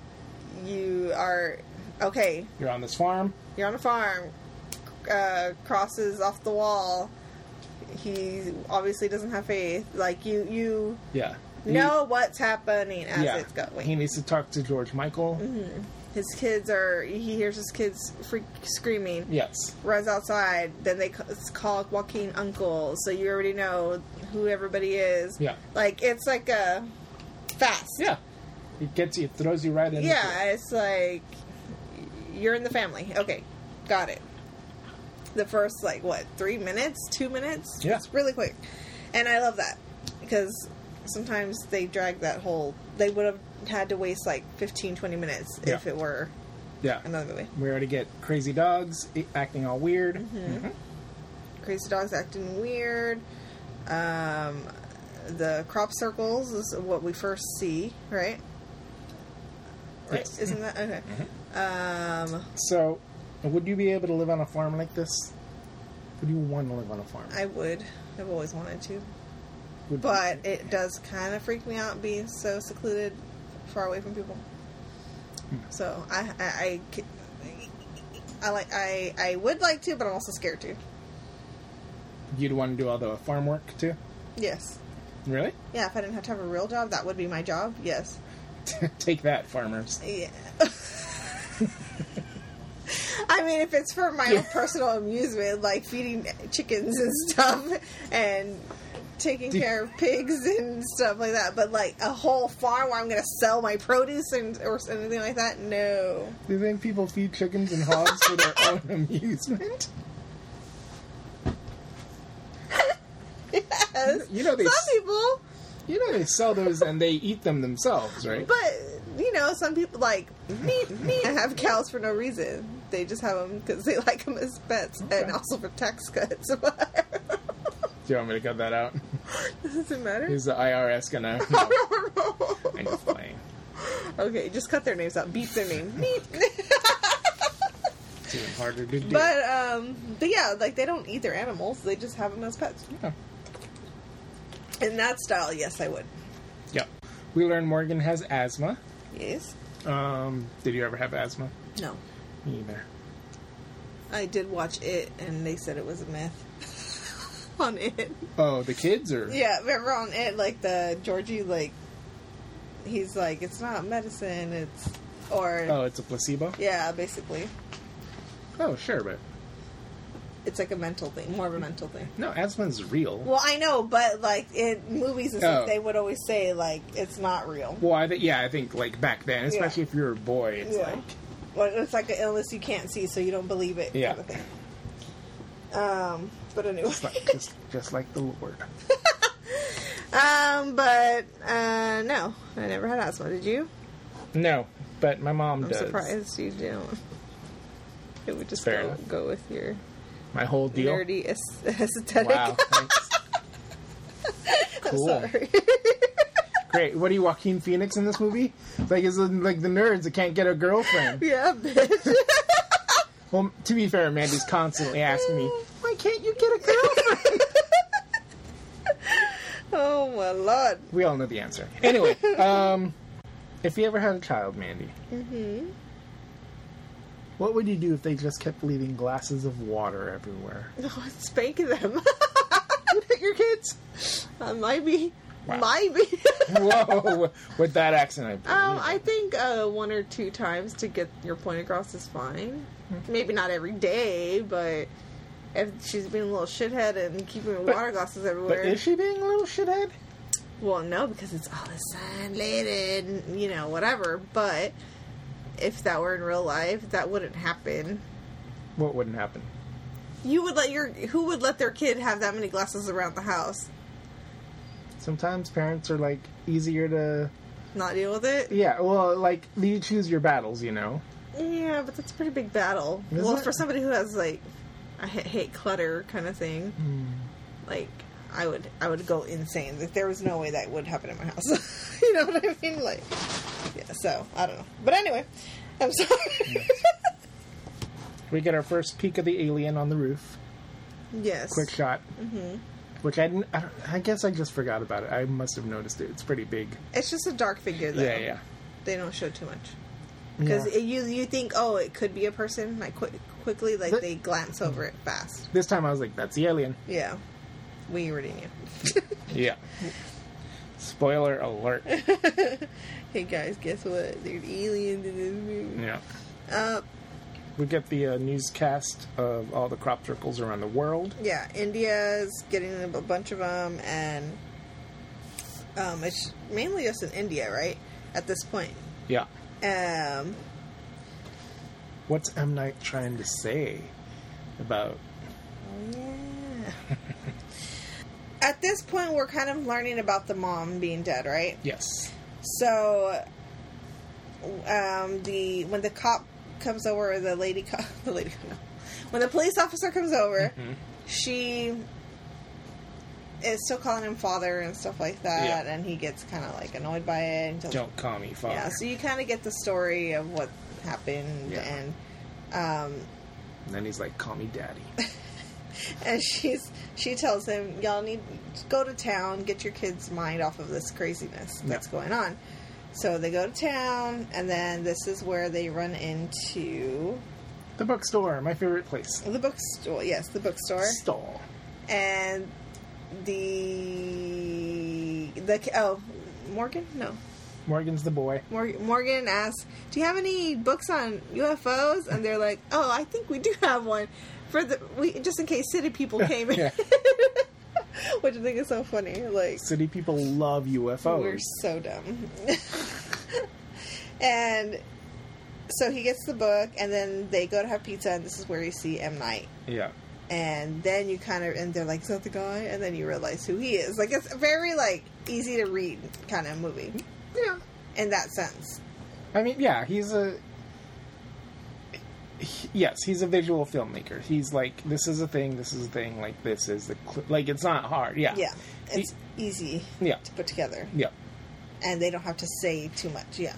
you are okay. You're on this farm. You're on a farm. Uh, crosses off the wall. He obviously doesn't have faith. Like you, you Yeah. know what's happening as He- yeah. it's going. Mm-hmm. He needs to talk to George Michael. His kids are. He hears his kids freak screaming. Yes. Runs outside. Then they ca- call Joaquin uncle. So you already know who everybody is. Yeah. Like it's like a fast. Yeah. It gets you. It throws you right in. Yeah. It's like you're in the family. Okay, got it. The first like what three minutes, two minutes. Yeah. It's really quick, and I love that because sometimes they drag that whole. They would have had to waste like 15, 20 minutes if Yeah. it were The, yeah. another movie. We already get crazy dogs i- acting all weird. Mm-hmm. Mhm. crazy dogs acting weird. Um, the crop circles is what we first see, right? Right? Yes. Isn't that okay? Um, So, would you be able to live on a farm like this? Would you want to live on a farm? I would. I've always wanted to, Would- but it does kind of freak me out being so secluded, far away from people. So I, I, I, c- I like I, I would like to, but I'm also scared to. you'd want to do all the farm work too. Yes. Really? (laughs) Yeah. If I didn't have to have a real job, that would be my job. Yes. Take that, farmers. Yeah. (laughs) I mean, if it's for my own personal amusement, like feeding chickens (laughs) and stuff, and taking care of pigs and stuff like that, but like a whole farm where I'm going to sell my produce and or anything like that, no. (laughs) Do you think people feed chickens and hogs for their own amusement? Yes. You know they some s- people You know they sell those and they eat them themselves, right? But you know, some people like Mm-hmm. meat, meat. I have cows for no reason. They just have them because they (laughs) like them as pets Okay. and also for tax cuts. (laughs) Do you want me to cut that out? (laughs) Does it matter? Is the IRS gonna? (laughs) (laughs) No, I don't know. I'm just playing. Okay, just cut their names out. Beep their (laughs) name. Beep. It's even harder to do. but um, but yeah, like they don't eat their animals. They just have them as pets. Yeah. In that style, yes, I would. Yep. We learned Morgan has asthma. Yes. Um, did you ever have asthma? No. Me either. I did watch it, and they said it was a myth. (laughs) on it. Oh, the kids or Yeah, remember on it, like the Georgie, like he's like, it's not medicine, it's or Oh, it's a placebo. yeah, basically, Oh, sure, but it's like a mental thing, more of a mental thing. no, asthma's real. Well, I know, but like in movies and stuff, Oh. they would always say like it's not real. Well, I th- yeah, I think like back then, especially if you're a boy, it's Yeah. like Well, it's like an illness you can't see, so you don't believe it. Yeah. kind of thing. Um, but anyway. it's like just just like the Lord. (laughs) um, but uh, no, I never had asthma. Did you? No, but my mom I'm does. surprised you don't. It would just Fair go, enough. go with your My whole deal. nerdy es- (laughs) aesthetic. Wow. (laughs) thanks. cool. I'm sorry. (laughs) Great. What are you, Joaquin Phoenix, in this movie? Like, is like the nerds that can't get a (laughs) girlfriend? yeah, bitch. Well, to be fair, Mandy's constantly asking me, "Why can't you get a girlfriend?" (laughs) oh my lord. We all know the answer. (laughs) Anyway, um, if you ever had a child, Mandy, Mm-hmm. what would you do if they just kept leaving glasses of water everywhere? (laughs) No, I'd spank them. (laughs) You'd hit your kids. uh, maybe. Wow. Maybe. (laughs) Whoa! With that accent, I believe. um, I it. think uh, one or two times to get your point across is fine. Mm-hmm. Maybe not every day, but if she's being a little shithead and keeping her water glasses But everywhere. is she being a little shithead? Well, no, because it's all assimilated, and, you know, whatever. But if that were in real life, that wouldn't happen. What wouldn't happen? You would let your who would let their kid have that many glasses around the house? Sometimes parents are like easier to. Not deal with it? Yeah, well, like you choose your battles, you know. Yeah, but that's a pretty big battle. Is well, it? for somebody who has like I ha- hate clutter kind of thing, Hmm. like I would I would go insane. Like there was no way that would happen in my house. (laughs) you know what I mean? Like yeah. So I don't know. But anyway, I'm (laughs) Hmm. sorry. We get our first peek of the alien on the roof. yes. Quick shot. Mm-hmm. Which I didn't. I, don't, I guess I just forgot about it. I must have noticed it. It's pretty big. It's just a dark figure, though. Yeah, yeah. They don't show too much Yeah. because you you think oh it could be a person like quick, quickly like But- they glance over it fast. This time I was like, that's the alien. Yeah, we already knew. (laughs) Yeah. Spoiler (laughs) alert. hey guys, guess what? There's aliens in this movie. yeah. Uh, We get the uh, newscast of all the crop circles around the world. yeah, India's getting a bunch of them, and um, it's mainly just in India, right? At this point, Yeah. um, What's M. Night trying to say about. yeah. (laughs) At this point, we're kind of learning about the mom being dead, right? Yes. So, um, the when the cop comes over, or the lady cop, (laughs) the lady, no, when the police officer comes over, Mm-hmm. she is still calling him father and stuff like that, Yeah. and he gets kind of like annoyed by it. And doesn't- Don't call me father. yeah, so you kind of get the story of what happened, Yeah. and um, And then he's like, call me daddy. (laughs) and she's she tells him y'all need to go to town get your kids mind off of this craziness that's Yeah. going on so they go to town and then this is where they run into the bookstore, my favorite place. the bookstore yes the bookstore Stall. and the the oh morgan no Morgan's the boy. Mor- Morgan asks, "Do you have any books on UFOs?" And they're like, "Oh, I think we do have one for the we just in case city people came in." Yeah. (laughs) Which I think is so funny. Like City people love UFOs. we're so dumb. (laughs) and so he gets the book, and then they go to have pizza, and this is where you see M Night. Yeah. And then you kind of and they're like, "Is that the guy?" And then you realize who he is. Like it's very like easy to read kind of movie Yeah. in that sense. I mean, yeah, he's a. he- Yes, he's a visual filmmaker. He's like, this is a thing, this is a thing, like this is the cl-. like. It's not hard. Yeah. Yeah, He- it's easy yeah. to put together, Yeah. and they don't have to say too much. Yeah,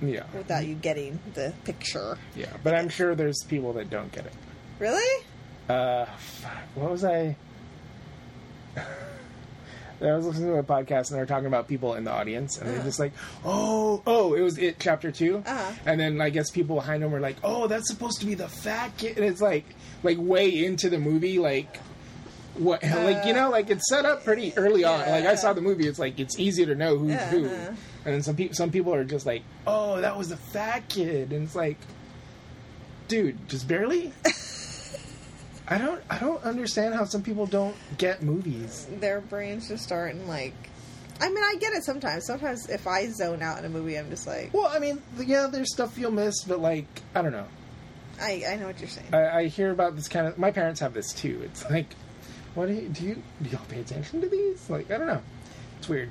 Yeah. without you getting the picture. Yeah. But I'm sure there's people that don't get it. Really? Uh, fuck, what was I? (laughs) I was listening to a podcast and they were talking about people in the audience, and they're just like, "Oh, oh, it was it chapter 2 Uh-huh. and then I guess people behind them were like, "Oh, that's supposed to be the fat kid," and it's like, like way into the movie, like what, (laughs) like you know, like it's set up pretty early on. Uh, yeah. Like I saw the movie, it's like it's easy to know who's who, Uh-huh. and then some people, some people are just like, "Oh, that was the fat kid," and it's like, dude, just (laughs) barely. I don't, I don't understand how some people don't get movies. Their brains just aren't like. I mean, I get it sometimes. Sometimes if I zone out in a movie, I'm just like, Well, I mean, yeah, there's stuff you'll miss, but like, I don't know. I, I know what you're saying. I, I hear about this kind of. My parents have this too. It's like, what do you do? You, do y'all pay attention to these? Like, I don't know. It's weird.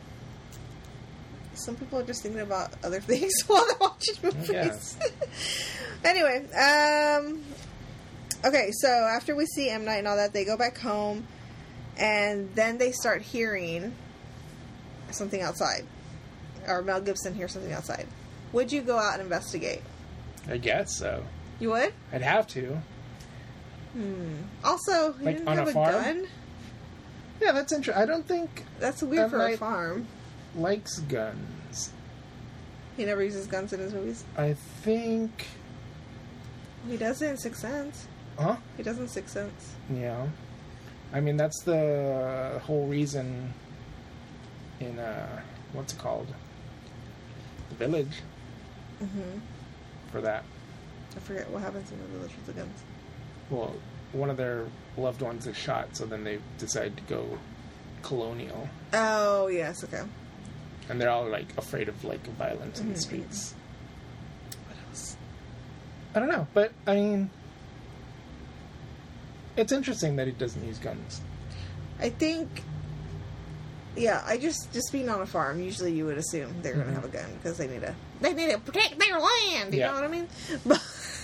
Some people are just thinking about other (laughs) things while they're watching movies. (laughs) guess. anyway, um, okay, so after we see M Night and all that, they go back home, and then they start hearing something outside, or Mel Gibson hears something outside. Would you go out and investigate? I guess so. You would. I'd have to. Also, he Hmm. Like, didn't on have a a, farm? gun. Yeah, that's interesting. I don't think That's weird M. for a Night- farm. likes guns. He never uses guns in his movies. I think, He does it in Sixth Sense. huh? He does in Sixth Sense. Yeah. I mean, that's the whole reason. In uh, what's it called? The village Mm-hmm. hmm for that. I forget what happens in the village with the guns. well, one of their loved ones is shot, so then they decide to go colonial, Oh yes, okay. and they're all like afraid of like violence in the streets. Mm-hmm. What else? I don't know, but I mean, it's interesting that he doesn't use guns. I think. Yeah, I just just being on a farm. Usually, you would assume they're going to have a gun because they need to they need to protect their land. You Yeah. know what I mean? (laughs) But,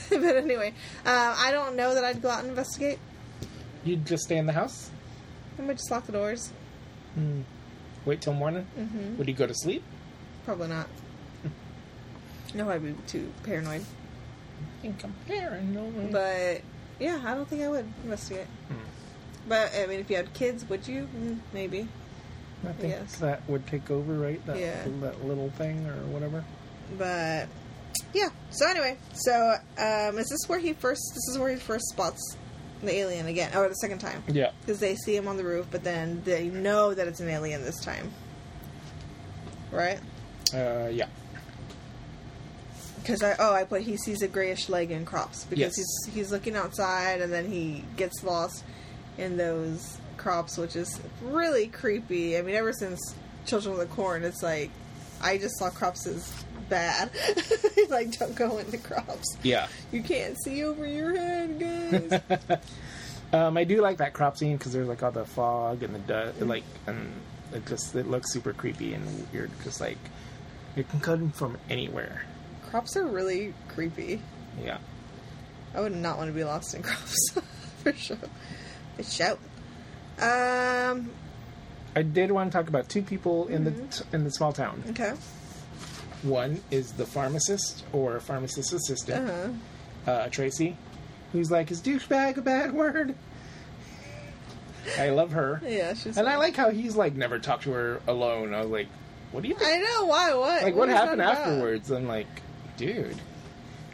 but anyway, um, I don't know that I'd go out and investigate. You'd just stay in the house, I might just lock the doors. wait till morning. Mhm. Would you go to sleep? Probably not. No, I'd be too paranoid. I think I'm paranoid. But yeah, I don't think I would investigate. But I mean, if you had kids, would you? Mm, Maybe. I think yes. that would take over, right? That, Yeah. that little thing or whatever. but yeah. So anyway, so um, is this where he first? This is where he first spots the alien again, or the second time, Yeah. because they see him on the roof, but then they know that it's an alien this time, right? Uh, yeah. Because I oh I put he sees a grayish leg in crops because Yes. he's he's looking outside and then he gets lost in those crops, which is really creepy. I mean, ever since Children of the Corn, it's like I just saw crops as bad. (laughs) like don't go into crops. Yeah. You can't see over your (laughs) head, guys. Um, I do like that crop scene because there's like all the fog and the dust, like, and it just it looks super creepy and weird. Just like it can come from anywhere. crops are really creepy. Yeah, I would not want to be lost in (laughs) crops for sure. But shout. Um. I did want to talk about two people in Mm-hmm. the t- in the small town. Okay. One is the pharmacist or pharmacist assistant, Uh-huh. uh, Tracy, who's like is douchebag a bad word. I love her, Yeah. She's. and I like how he's like never talked to her alone. I was like, what do you think? I know why. What? like what is that happened about? afterwards i'm like dude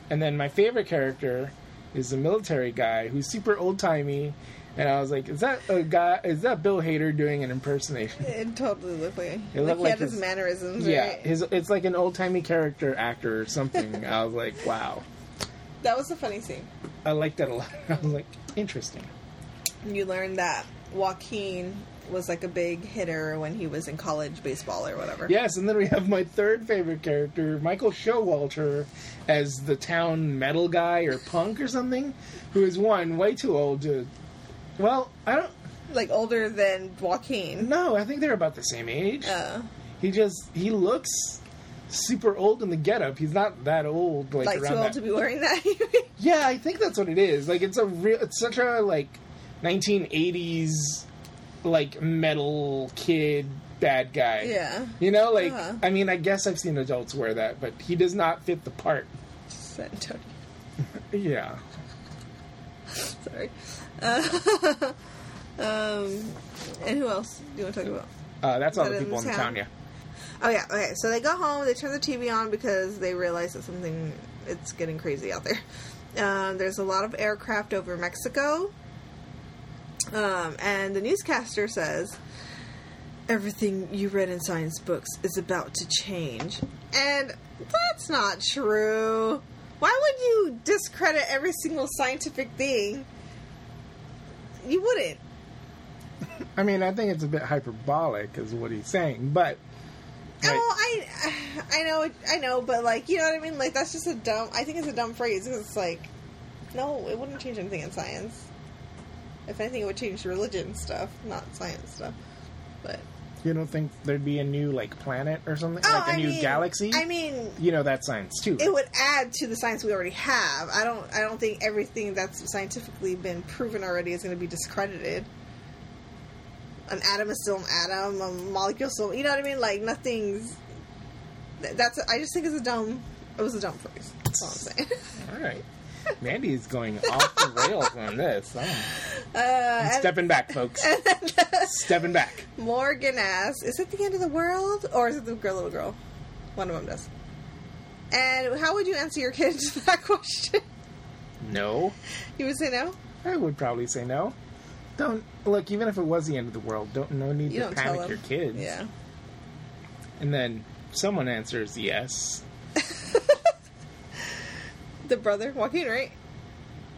and then my favorite character is the military guy who's super old-timey and i was like is that a guy is that bill hader doing an (laughs) impersonation It totally looked like, It looked like he like had his, his- mannerisms. yeah right? his, it's like an old-timey character actor or something i was like wow that was a funny scene. i like that a lot (laughs) i was like interesting You learned that Joaquin was like a big hitter when he was in college baseball or whatever. yes and then we have my third favorite character michael showalter as the town metal guy or punk or something who is one way too old to well i don't Like older than Joaquin. No, I think they're about the same age. Uh, He just he looks super old in the getup. He's not that old. Like, like too around old that. to be wearing that. (laughs) Yeah, I think that's what it is. Like it's a real, it's such a like 1980s like metal kid bad guy. yeah. You know, like Uh-huh. I mean, I guess I've seen adults wear that, but he does not fit the part. (laughs) San Antonio. Yeah. Sorry. Uh, um, and who else do you want to talk about? Uh, that's all But the in people in the town. town, yeah. Oh yeah. Okay. So they go home. They turn the TV on because they realize that something it's getting crazy out there. Um, there's a lot of aircraft over Mexico, um, and the newscaster says everything you read in science books is about to change, and that's not true. Why would you discredit every single scientific thing? You wouldn't. I mean, I think it's a bit hyperbolic, is what he's saying, but. like, Well, Oh, I, (sighs) I know, I know, but like, you know what I mean? Like, that's just a dumb. I think it's a dumb phrase because it's like, no, it wouldn't change anything in science. If anything, it would change religion stuff, not science stuff. But You don't think there'd be a new, like, planet or something? oh, like a I new mean, galaxy? I mean, you know, that's science, too. it would add to the science we already have. I don't, I don't think everything that's scientifically been proven already is going to be discredited. An atom is still an atom. A molecule still, you know what I mean? Like nothing's. th- That's. I just think it's a dumb. It was a dumb phrase. That's all I'm saying. (laughs) All right. Mandy is going off the rails on this. Oh, I'm Uh, and stepping back, (laughs) folks. stepping back. Morgan asks, "Is it the end of the world, or is it the girl, little girl?" One of them does. And how would you answer your kid to (laughs) that question? No. You would say no. I would probably say no. Don't look. Even if it was the end of the world, don't no need You to don't tell panic them. your kids. Yeah. And then someone answers yes. The brother, Joaquin, right?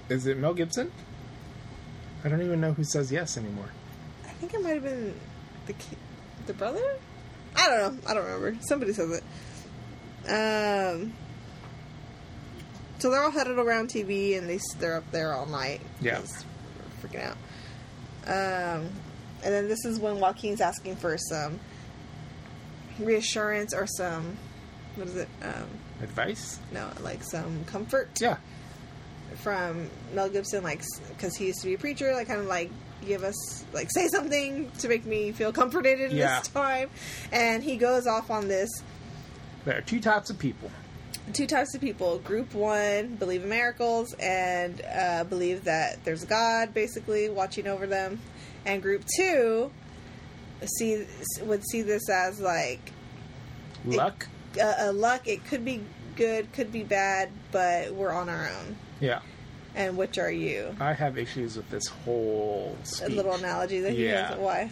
Is it Mel Gibson? I don't even know who says yes anymore. I think it might have been the ki- the brother. I don't know. I don't remember. Somebody says it. Um. So they're all huddled around TV, and they s- they're up there all night. Yeah. just freaking out. Um, and then this is when Joaquin's asking for some reassurance or some what is it? Um, Advice? no, like some comfort Yeah. from Mel Gibson, like because he used to be a preacher, like kind of like give us like say something to make me feel comforted in Yeah. this time, and he goes off on this There are two types of people. two types of people: group one believe in miracles and uh, believe that there's a God basically watching over them, and group two see would see this as like Luck. a, a luck. It could be good, could be bad, but we're on our own. Yeah. And which are you? I have issues with this whole A speech. little analogy that he Yeah. does. Why?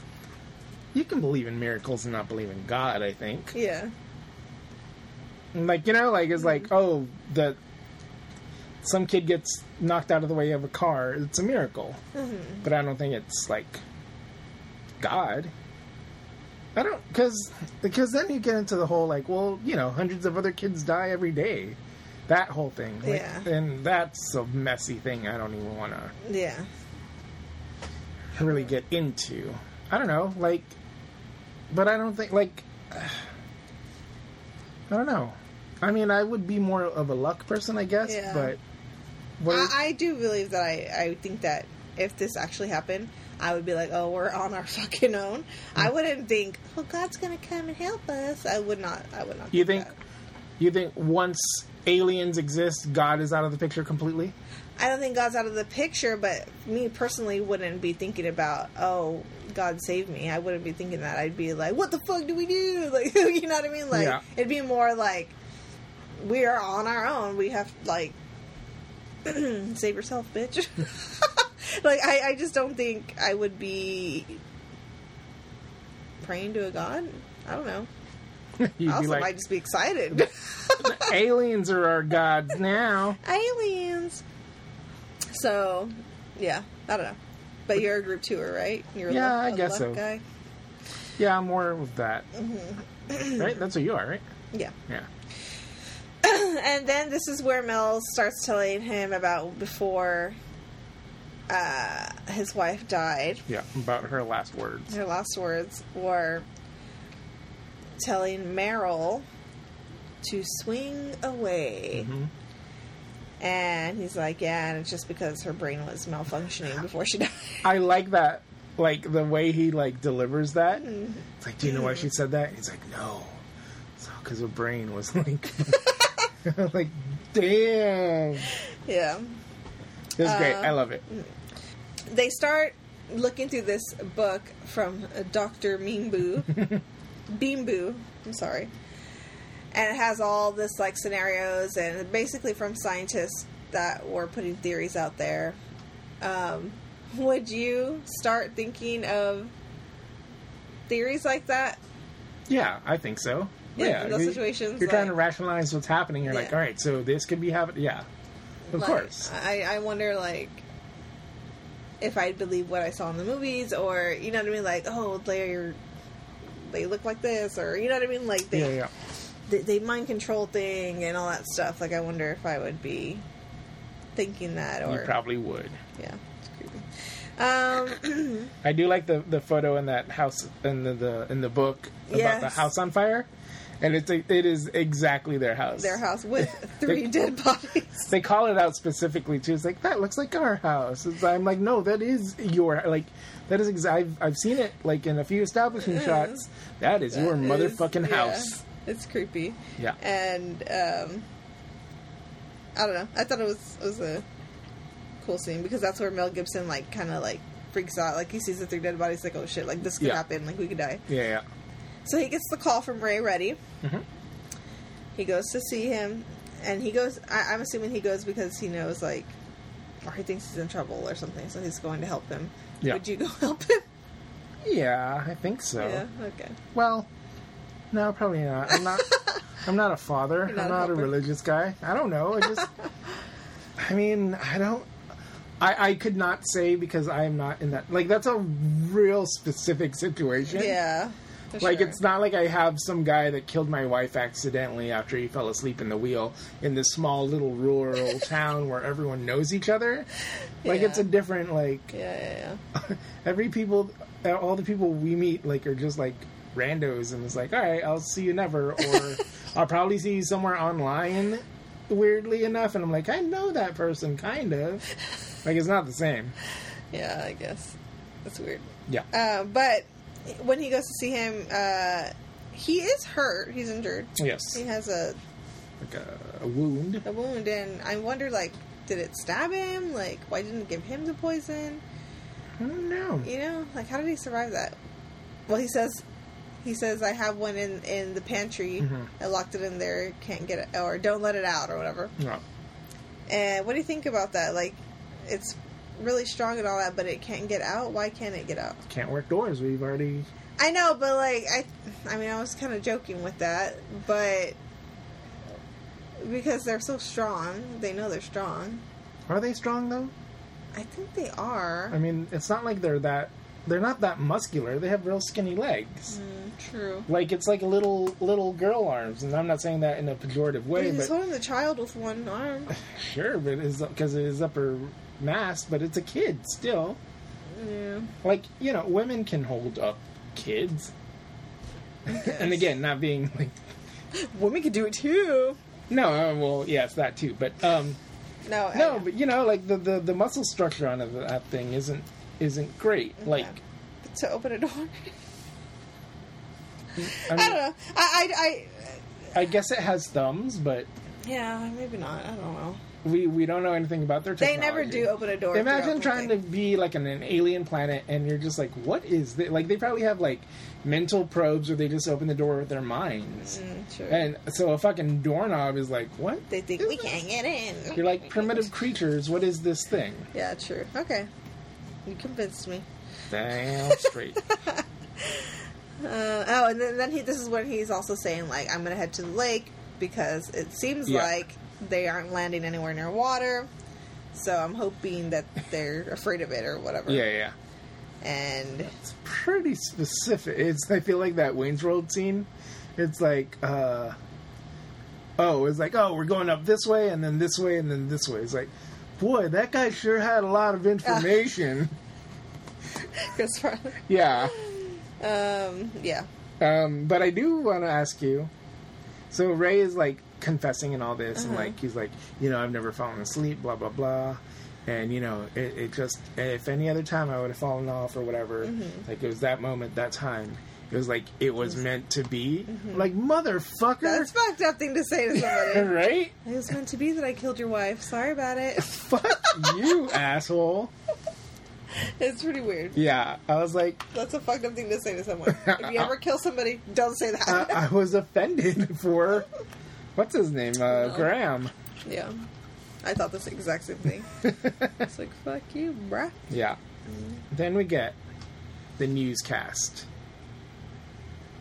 You can believe in miracles and not believe in God. I think. Yeah. Like you know, like it's like oh the some kid gets knocked out of the way of a car. It's a miracle, Mm-hmm. but I don't think it's like God. I don't because because then you get into the whole like well you know hundreds of other kids die every day, that whole thing. Like, Yeah. and that's a messy thing. I don't even want to Yeah. really get into. I don't know, like, but I don't think like, (sighs) I don't know. I mean, I would be more of a luck person, I guess, Yeah. but what I, I do believe that I, I think that if this actually happened, I would be like, oh, we're on our (laughs) fucking own. Hmm. I wouldn't think, oh, God's going to come and help us. I would not. I would not. you think? that. You think once aliens exist, God is out of the picture completely? (laughs) I don't think God's out of the picture, but me personally wouldn't be thinking about, oh, God save me. I wouldn't be thinking that. I'd be like, what the fuck do we do? (laughs) Like, you know what I mean? Like, Yeah. it'd be more like, we are on our own. We have, like, (clears throat) save yourself, bitch. (laughs) like, I, I just don't think I would be praying to a God. I don't know. You'd I also be like, might just be excited. (laughs) aliens are our gods now. aliens. So, yeah, I don't know. But you're a group tour, right? You're Yeah, luck- I guess luck so. Guy. Yeah, I'm more of that. Mm-hmm. right? That's what you are, right? Yeah. (coughs) Yeah. And then this is where Mel starts telling him about before uh, his wife died, Yeah, about her last words. her last words were telling Meryl to swing away. Mm-hmm. And he's like, yeah, and it's just because her brain was malfunctioning before she (laughs) died. I like that, like the way he like delivers that. Mm-hmm. It's like, do you know why she said that? He's like, no, it's because her brain was like, (laughs) like, damn, yeah. this is great. Uh, I love it. They start looking through this book from uh, Dr. Meanboo. Beanboo, I'm sorry. And it has all this like scenarios and basically from scientists that were putting theories out there. Um, would you start thinking of theories like that? Yeah, I think so. Yeah, Yeah, in those you- situations, you're trying to like- rationalize what's happening. You're like, Yeah. all right, so this could be happening. Yeah, of Like, uh, course. I, I wonder like if I believe what I saw in the movies or you know what I mean, like, oh they're they look like this or you know what I mean? Like they yeah, yeah. they, they mind control thing and all that stuff. Like I wonder if I would be thinking that You or probably would. yeah, it's creepy. Um, I do like the the photo in that house in the, the in the book about the Yes. house on fire, and it's it is exactly their house. their house with three dead bodies. They call it out specifically too. It's like that looks like our house. It's- I'm like, no, that is your like that is ex- I've I've seen it like in a few establishing shots. That is your motherfucking It's- yeah, house. It's creepy. Yeah. and um, I don't know. I thought it was it was a cool scene because that's where Mel Gibson like kind of like freaks out. Like he sees the three dead bodies, like oh shit, like this could Yeah. happen, like we could die. Yeah, yeah. So he gets the call from Ray Reddy. Mm-hmm. He goes to see him, and he goes. I, I'm assuming he goes because he knows like, or he thinks he's in trouble or something. So he's going to help him. Yeah. Would you go (laughs) help him? Yeah, I think so. Yeah. Okay. Well, no, probably not. I'm (laughs) not. I'm not a father. not I'm a not a helper. religious guy. I don't know. I (laughs) just. I mean, I don't. I I could not say because I am not in that. Like that's a real specific situation. Yeah. for Like sure. it's not like I have some guy that killed my wife accidentally after he fell asleep in the wheel in this small little rural (laughs) town where everyone knows each other. Like Yeah. it's a different like Yeah, yeah, yeah. every people all the people we meet like are just like randos and it's like all right i'll see you never (laughs) or i'll probably see you somewhere online weirdly enough and i'm like i know that person kind of like it's not the same Yeah, I guess. That's weird. yeah Uh, but when he goes to see him, uh, he is hurt. He's injured. yes He has a, like a, a wound a wound, and I wonder, like, did it stab him? Like, why didn't it give him the poison? i don't know You know, like, how did he survive that? Well, he says, he says, I have one in in the pantry. I locked it in there. Can't get it, or don't let it out, or whatever. no. And what do you think about that? Like, it's really strong and all that, but it can't get out. Why can't it get out? can't work doors we've already I know, but like I, I mean, I was kind of joking with that, but because they're so strong, they know they're strong. are they strong though I think they i are. mean it's not like they're that they're not that muscular they have real skinny Mm. legs True. like it's like little little girl arms and i'm not saying that in a pejorative way He's but holding the child with one arm. Sure, but it's because it is upper mass, but it's a kid still. Yeah. Like you know, women can hold up kids, and again, not being like Women could do it too. no, uh, well, yeah, it's that too. But um, No. I- no, but you know, like the the, the muscle structure on of that thing isn't isn't great. Like to open a door. (laughs) I, mean, I don't know. I, I, I guess it has thumbs, but I. Yeah, maybe not. I don't know. we we don't know anything about their. They Technology. never do open a door. Imagine trying to be like on an alien planet and you're just like, what is this? Like, they probably have like mental probes where they just open the door with their minds. Mm, sure. And so a fucking doorknob is like, what? they think is we this? can't get in. You're like primitive creatures. What is this thing? Yeah. True. Okay. You convinced me. Damn (laughs) straight. Uh, oh, and then, then he. This is when he's also saying like, "I'm gonna head to the lake because it seems Yeah. like they aren't landing anywhere near water." So I'm hoping that they're (laughs) afraid of it or whatever. yeah, yeah. And (laughs) It's pretty specific. It's I feel like that Wayne's World scene. It's like, uh, oh, it's like, oh, we're going up this way and then this way and then this way. It's like, boy, that guy sure had a lot of information. Chris Farley. yeah. Um, yeah. Um, but I do want to ask you. So Ray is like confessing and all this, and like he's like, you know, I've never fallen asleep, blah blah blah, and you know, it, it just if any other time I would have fallen off or whatever, like it was that moment, that time, it was like it was meant to be, like motherfucker, (laughs) That's a fucked up thing to say to somebody. right? it was meant to be that I killed your wife. Sorry about it. (laughs) Fuck you, (laughs) asshole. It's pretty weird. Yeah, I was like, That's a fucked up thing to say to someone. If you ever kill somebody, don't say that. I, I was offended (laughs) for what's his name, uh, Graham. (laughs) yeah. I thought this exact (laughs) same thing. It's like, fuck you, bruh. Yeah. Then we get the newscast.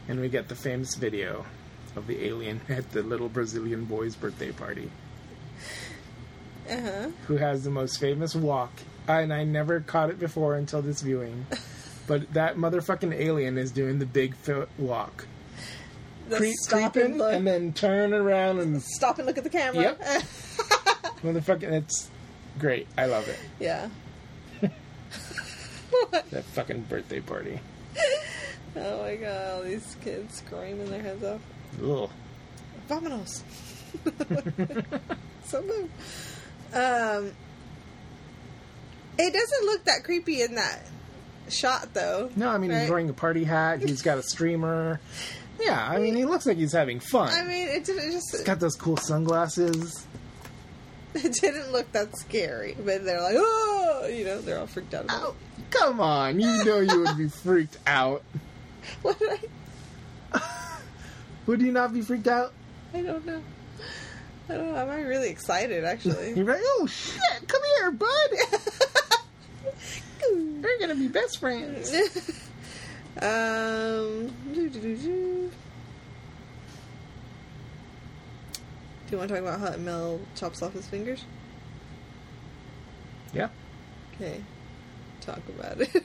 And we get the famous video of the alien (laughs) at the little Brazilian boy's birthday party, Uh huh. who has the most famous walk. And I never caught it before until this (laughs) viewing. But that motherfucking alien is doing the Bigfoot walk. The Creep, stop and creeping, look. and then turn around and stop and look at the camera. Yep. motherfucking. It's great. I love it. (laughs) yeah. That fucking birthday party. Oh my god, all these kids screaming their heads off. Ugh. Vamonos. (laughs) so move. Um, it doesn't look that creepy in that shot, though. No, I mean right? he's wearing a party hat. He's got a streamer. Yeah, I mean he looks like he's having fun. I mean, it didn't it just he's got those cool sunglasses. (laughs) it didn't look that scary, but they're like, oh, you know, they're all freaked out. About Ow, come on, you know you would be freaked out. it. (laughs) What did I? Would you not be freaked out? I don't know. I don't know. I'm really excited, actually. (laughs) You're like, oh shit, come here, bud. (laughs) We're gonna be best friends. um, do, do, do, do. Do you want to talk about how Mel chops off his fingers? Yeah, Okay, talk about it. (laughs)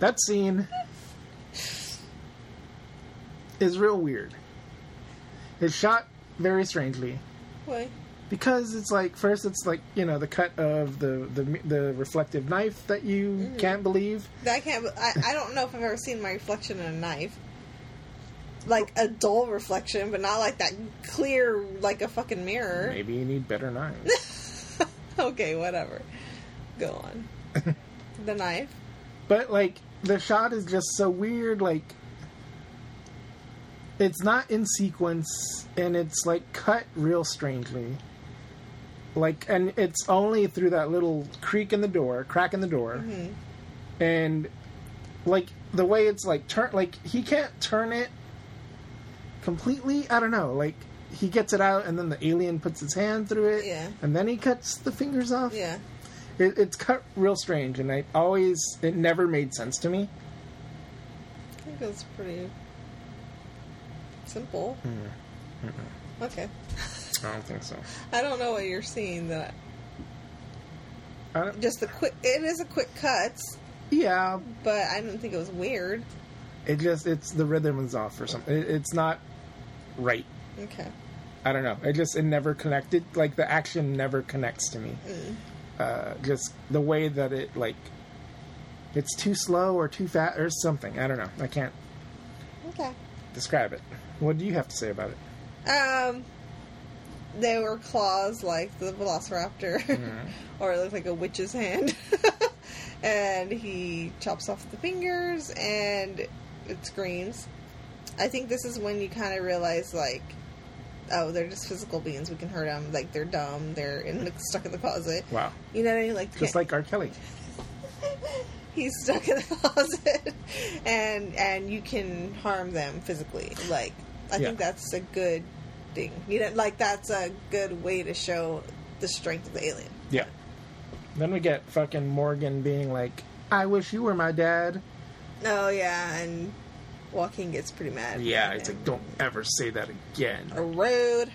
that scene is real weird. It's shot very strangely. Why? because it's like first it's like you know the cut of the the, the reflective knife that you can't believe I can't. I, I don't know if I've ever seen my reflection in a knife. Like a dull reflection, but not like that clear, like a fucking mirror. maybe you need better knives Okay, whatever. Go on. the knife. but like the shot is just so weird like it's not in sequence and it's like cut real strangely like and it's only through that little creak in the door crack in the door and like the way it's like turn like he can't turn it completely i don't know like he gets it out and then the alien puts his hand through it Yeah. and then he cuts the fingers off Yeah. it, it's cut real strange and i always it never made sense to me I think that's pretty simple. Okay. i don't think so I don't know what you're seeing that. I don't, Just the quick. It is a quick cuts, Uh, yeah but I didn't think it was weird. it just it's the rhythm is off or something it, it's not right Okay. i don't know it just it never connected like the action never connects to me uh, just the way that it like it's too slow or too fat or something i don't know i can't Okay. describe it what do you have to say about it Um, they were claws like the Velociraptor, Mm-hmm. (laughs) or it looked like a witch's hand. (laughs) and he chops off the fingers, and it screams. I think this is when you kind of realize, like, oh, they're just physical beings. We can hurt them. Like they're dumb. They're in, stuck in the closet. wow You know what I mean? Like just yeah. like r kelly he's stuck in the (laughs) closet, and and you can harm them physically. Like I Yeah. think that's a good thing. You know, like that's a good way to show the strength of the alien. yeah then we get fucking morgan being like i wish you were my dad Oh yeah, and Joaquin gets pretty mad. yeah it's like don't ever say that again a (laughs) rude.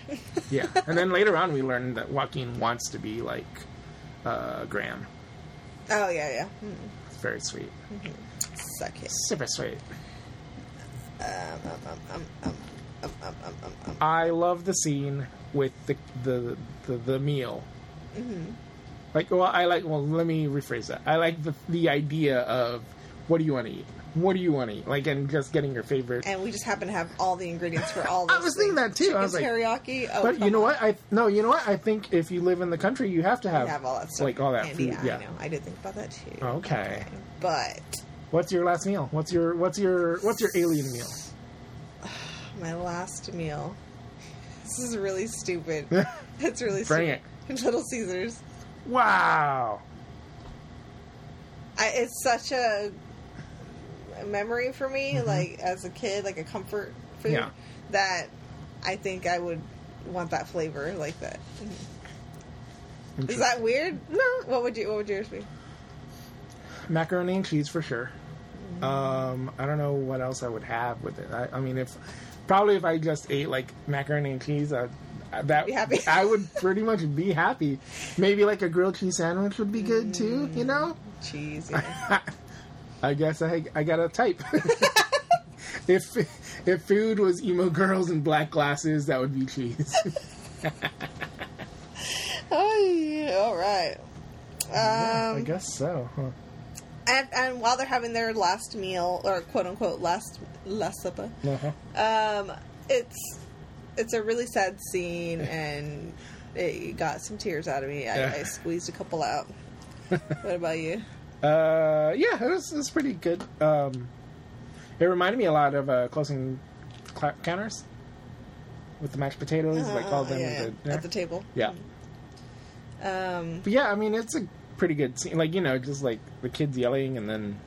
Yeah, and then later on we learn that Joaquin wants to be like uh, Graham. oh yeah, yeah. Mm, It's very sweet, Suck it. super sweet. Um, um, um, um, um, um, um, um, um, um. I love the scene with the the the, the meal. Mm-hmm. Like, well, I like. Well, let me rephrase that. I like the the idea of what do you want to eat? What do you want to eat? Like, and just getting your favorite. And we just happen to have all the ingredients for (laughs) all. I those was thinking things. that too. I was Chicken teriyaki. Oh, But come you know on. what? I no, you know what? I think if you live in the country, you have to have, We have all that stuff. like all that handy. food. Yeah. Oh. I know. I did think about that too. Okay. But What's your last meal? What's your what's your what's your alien meal? my last meal. This is (laughs) really stupid. That's really Bring stupid. (laughs) Little Caesars. Wow. I, it's such a memory for me, like as a kid, like a comfort food Mm-hmm. Yeah. that I think I would want that flavor like that. Is that weird? No. What would you? What would yours be? macaroni and cheese for sure. Um, I don't know what else I would have with it. I, I mean, if probably if I just ate like macaroni and cheese, I, that Be happy. I would pretty much be happy. Maybe like a grilled cheese sandwich would be good too. Mm. You know, (laughs) Cheese. Yeah. I guess I I got a type. (laughs) if if food was emo girls in black glasses, that would be cheese. (laughs) oh yeah. All right. Um, I guess so. Huh. and, and while they're having their last meal or quote unquote last last supper, Uh-huh. um, it's it's a really sad scene, and it got some tears out of me. I, Yeah. I squeezed a couple (laughs) out. what about you? Uh, yeah, it was, it was pretty good. Um, it reminded me a lot of uh, closing cla counters with the mashed potatoes, like all Uh, them. yeah, in at the table. yeah, Um, but yeah, I mean, it's a pretty good scene. Like you know, just like the kids yelling and then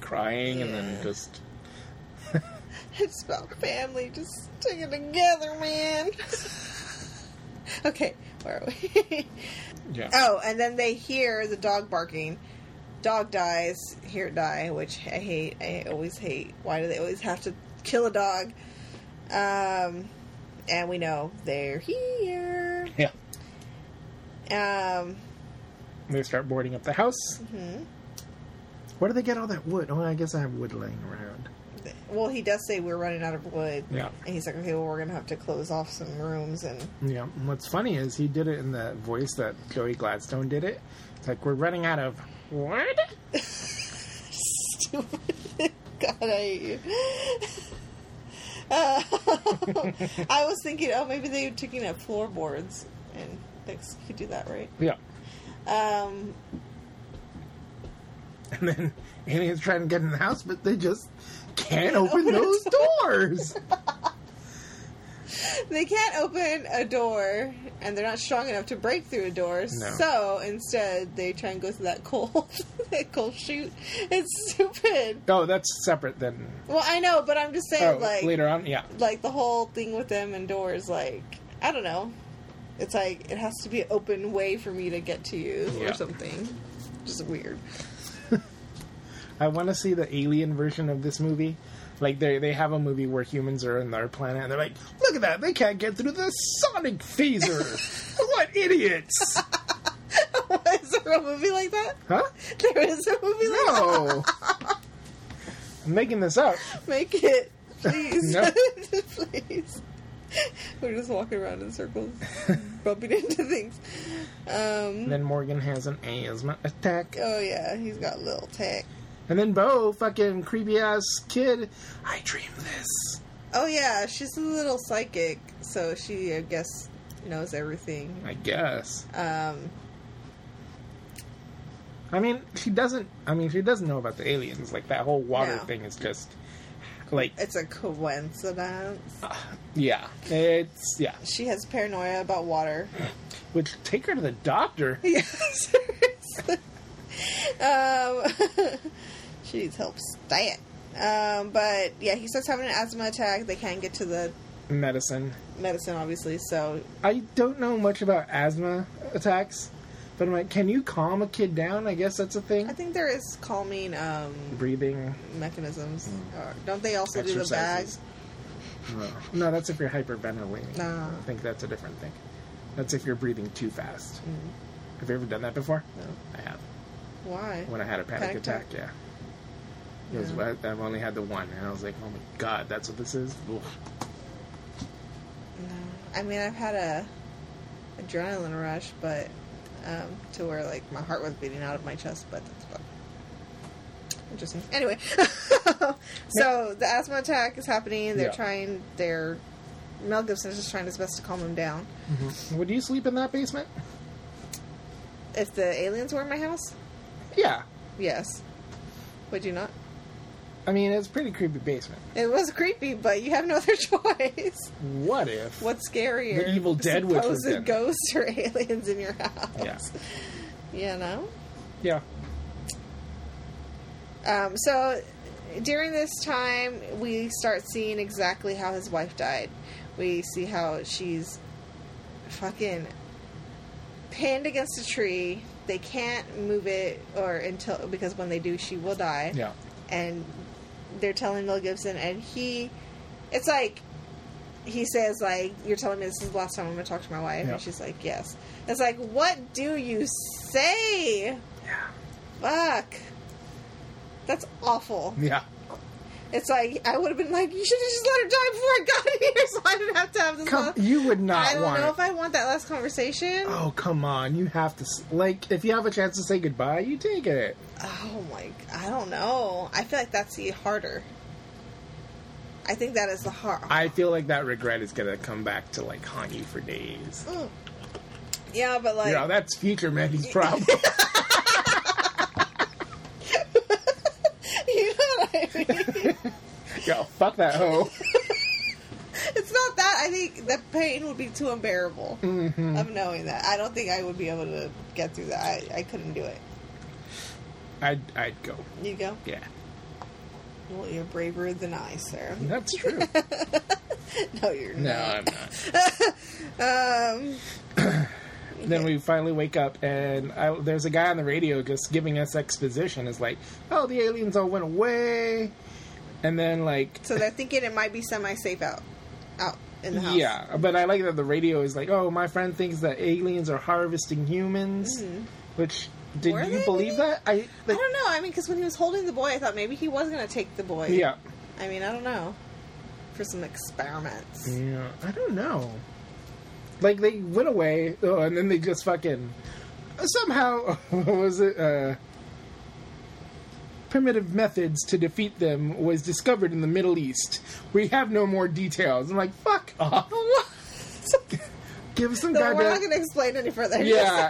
crying and Yeah. then just it's about family, just stick it together, man. (laughs) okay, where are we? (laughs) yeah. oh, and then they hear the dog barking. Dog dies, hear it die, which I hate. I always hate. Why do they always have to kill a dog? Um, and we know they're here. Yeah, Um, they start boarding up the house. mhm. Where do they get all that wood? Oh, I guess I have wood laying around. well, he does say we're running out of wood. Yeah, And he's like, okay, well, we're gonna have to close off some rooms, and (laughs) yeah. And what's funny is he did it in the voice that Joey Gladstone did it. It's like we're running out of wood. stupid. (laughs) God, I hate you. (laughs) Uh, I was thinking, oh, maybe they were taking up floorboards, and thanks, you could do that, right? Yeah. Um, (laughs) And then aliens trying to get in the house, but they just can't open open the those doors. (laughs) they can't open a door, and they're not strong enough to break through a door. No. So instead, they try and go through that cold, (laughs) that cold chute. It's stupid. oh, that's separate then. Well, I know, but I'm just saying, Oh, like later on, yeah. like the whole thing with them and doors like i don't know it's like it has to be an open way for me to get to you Yeah. or something just weird (laughs) I want to see the alien version of this movie. Like they they have a movie where humans are on their planet and they're like, look at that, they can't get through the sonic (laughs) phaser. what (laughs) idiots? is there a movie like that Huh? there is a movie like that (laughs) No. I'm making this up. make it please No. (laughs) please we're just walking around in circles bumping into things um And then Morgan has an asthma attack. oh yeah he's got little tech And then Bo, fucking creepy ass kid, I dreamed this. oh yeah she's a little psychic so she i guess knows everything I guess. um I mean, she doesn't. I mean, she doesn't know about the aliens. Like that whole water No. thing is just like, It's a coincidence. yeah, it's yeah. She has paranoia about water. (laughs) Which take her to the doctor. Yeah, seriously. um, (laughs) she needs help. Stay it. Um, but yeah, he starts having an asthma attack. They can't get to the Medicine. medicine, obviously. So I don't know much about asthma attacks, but I'm like, can you calm a kid down? I guess that's a I thing. think there is calming um, Breathing mechanisms. Or, don't they also do the bag? Mm. exercises. No. no, that's if you're hyperventilating. No. I think that's a different thing. That's if you're breathing too fast. Mm-hmm. Have you ever done that before? No. I have. Why? when I had a panic, Panic attack, Yeah. It was, Yeah. I- I've only had the one, and I was like, "Oh my god, that's what this is." Oof. I mean, I've had a adrenaline rush, but um, to where like my heart was beating out of my chest, but that's about interesting. Anyway, (laughs) so the asthma attack is happening. They're Yeah. trying. They're Mel Gibson is just trying his best to calm him down. Would you sleep in that basement? If the aliens were in my house, Yeah. yes. Would you not? I mean, it's a pretty creepy basement. It was creepy, but you have no (laughs) other choice. What if? What's scarier? The Evil Dead witch was supposed in. ghosts or (laughs) aliens in your house. Yeah. You know? Yeah. Um, so during this time, we start seeing exactly how his wife died. We see how she's fucking pinned against a tree. They can't move it, or until because when they do, she will die. Yeah. And they're telling Mel Gibson, and he, it's like he says like you're telling me this is the last time I'm gonna talk to my wife, Yeah. and she's like yes. It's like what do you say? Yeah. Fuck. That's awful. Yeah. It's like I would have been like, you should have just let her die before I got (laughs) here, so I didn't have to have this. Come, last- you would I not don't want. know it. if I want that last conversation. Oh, Oh come on! You have to s- like if you have a chance to say goodbye, you take it. Oh my! g- I don't know. I feel like that's the harder. I think that is the hard. I feel like that regret is gonna come back to like haunt you for days. Mm. Yeah, but like you know, that's future Mandy's (laughs) problem. (laughs) (laughs) you know what I mean. Yo, fuck that hoe. it's not that. I think the pain would be too unbearable Mm-hmm. of knowing that. I don't think I would be able to get through that. I, I couldn't do it. I'd I'd go. You go. Yeah, Well, you're braver than I, sir. (laughs) that's true. no, you're No, not. I'm not. (laughs) Um, (clears throat) Then we finally wake up, and I, there's a guy on the radio just giving us exposition. It's like, oh, the aliens all went away, and then like so they're thinking it might be semi-safe out, out in the house. Yeah, but I like that the radio is like, "Oh, my friend thinks that aliens are harvesting humans," which did Hmm. Were you they? believe that? I, I like, don't know. I mean, because when he was holding the boy, I thought maybe he was going to take the boy. yeah, I mean, I don't know. For some experiments. yeah, I don't know. Like they went away, oh, and then they just fucking somehow (laughs) what was it? Uh, primitive methods to defeat them was discovered in the Middle East. We have no more details. I'm like, fuck (laughs) off. (laughs) Give some So we're not goddamn. going to explain any further. Yeah.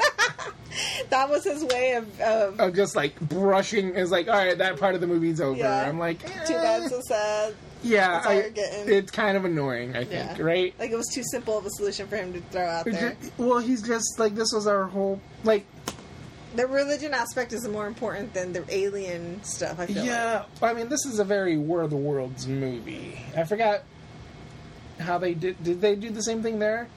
(laughs) that was his way of, of of just like brushing is like, all right, that part of the movie's over. Yeah. I'm like, too eh. bad, so sad. yeah, that's all I- you're getting. it's kind of annoying, I Yeah. think, right? Like, it was too simple of a solution for him to throw out there. Well, he's just like, this was our whole like, The religion aspect is more important than the alien stuff, I feel like. yeah. I mean, this is a very War of the Worlds movie. I forgot how they did. Did they do the same thing there?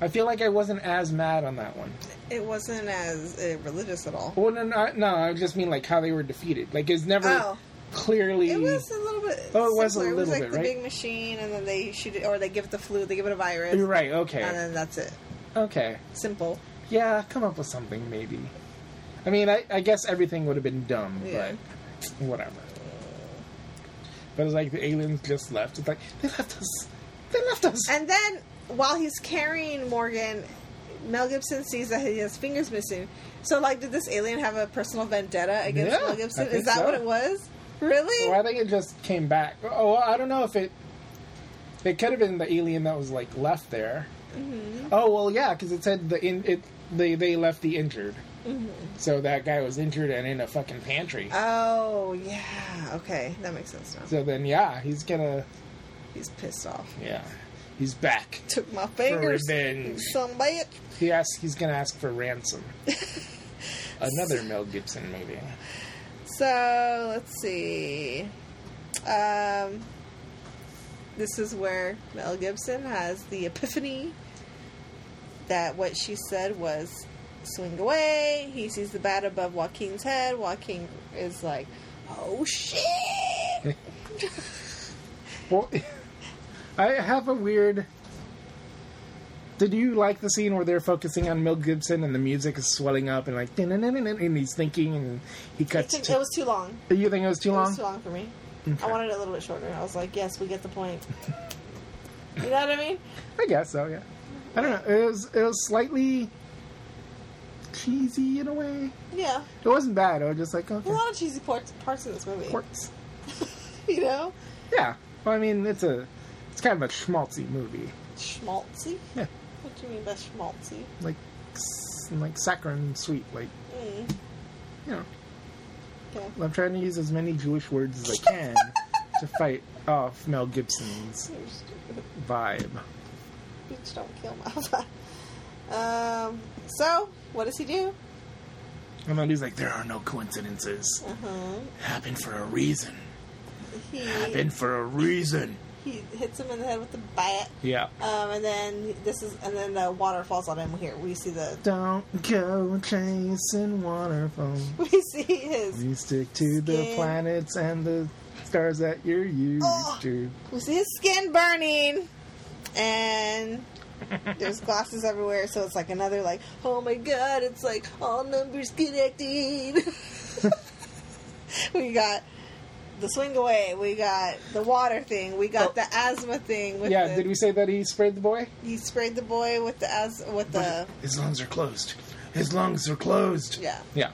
I feel like I wasn't as mad on that one. It wasn't as uh, religious at all. Well, no, no, no, I just mean like how they were defeated. Like it's never Oh. clearly. It was a little bit. Oh, it was a simpler. It was little like bit, the right? big machine, and then they shoot it, or they give it the flu, they give it a virus, You're right. Okay. and then that's it. okay. Simple. Yeah, come up with something maybe. I mean, I, I guess everything would have been dumb, Yeah. but whatever. But it's like the aliens just left. It's like they left us. They left us. And then while he's carrying Morgan, Mel Gibson sees that he has fingers missing. So, like, did this alien have a personal vendetta against Yeah, Mel Gibson? I think Is that so. what it was? Really? Well, I think it just came back. Oh, well, I don't know if it. It could have been the alien that was like left there. Oh well, yeah, because it said the in it they they left the injured. So that guy was injured and in a fucking pantry. Oh yeah. Okay, that makes sense now. so then, yeah, he's gonna. He's pissed off. Yeah, he's back. Took my fingers. revenge. Some bitch. He asks, he's going to ask for (laughs) ransom. Another Mel Gibson movie. So let's see. Um, this is where Mel Gibson has the epiphany that what she said was swing away. He sees the bat above Joaquin's head. Joaquin is like, "Oh shit!" Well, (laughs) I have a weird. Did you like the scene where they're focusing on Mel Gibson and the music is swelling up and like, (laughs) and he's thinking and he It, cuts took, to. it was too long. you think it was too It long? was too long for me. I wanted it a little bit shorter. I was like, "Yes, we get the point." You know what I mean? I guess so. Yeah. I don't know. It was it was slightly cheesy in a way. Yeah. It wasn't bad. I was just like okay. There's a lot of cheesy parts, parts in this movie. Quartz. (laughs) you know? Yeah. Well, I mean, it's a it's kind of a schmaltzy movie, Schmaltzy? Yeah. What do you mean by schmaltzy? like s- like saccharine sweet, like Mm, you know. okay. I'm trying to use as many Jewish words as I can (laughs) to fight off Mel Gibson's You're stupid. vibe. Bitch, don't kill (laughs) Malva. um, so, what does he do? And then he's like, "There are no coincidences. Uh-huh. Happen for a reason. He, Happen for a reason." he hits him in the head with the bat. Yeah. Um, and then this is, and then the water falls on him. Here we see the, (laughs) Don't go chasing waterfalls. we see his, You stick to the Skin. planets and the stars that you're used Oh. to. we see his skin burning, and there's glasses everywhere. So it's like another like, oh my god, it's like all numbers connected. (laughs) we got the swing away. We got the water thing. We got Oh. the asthma thing. With Yeah, the, did we say that he sprayed the boy? He sprayed the boy with the as with the His lungs are closed. His lungs are closed. yeah. Yeah.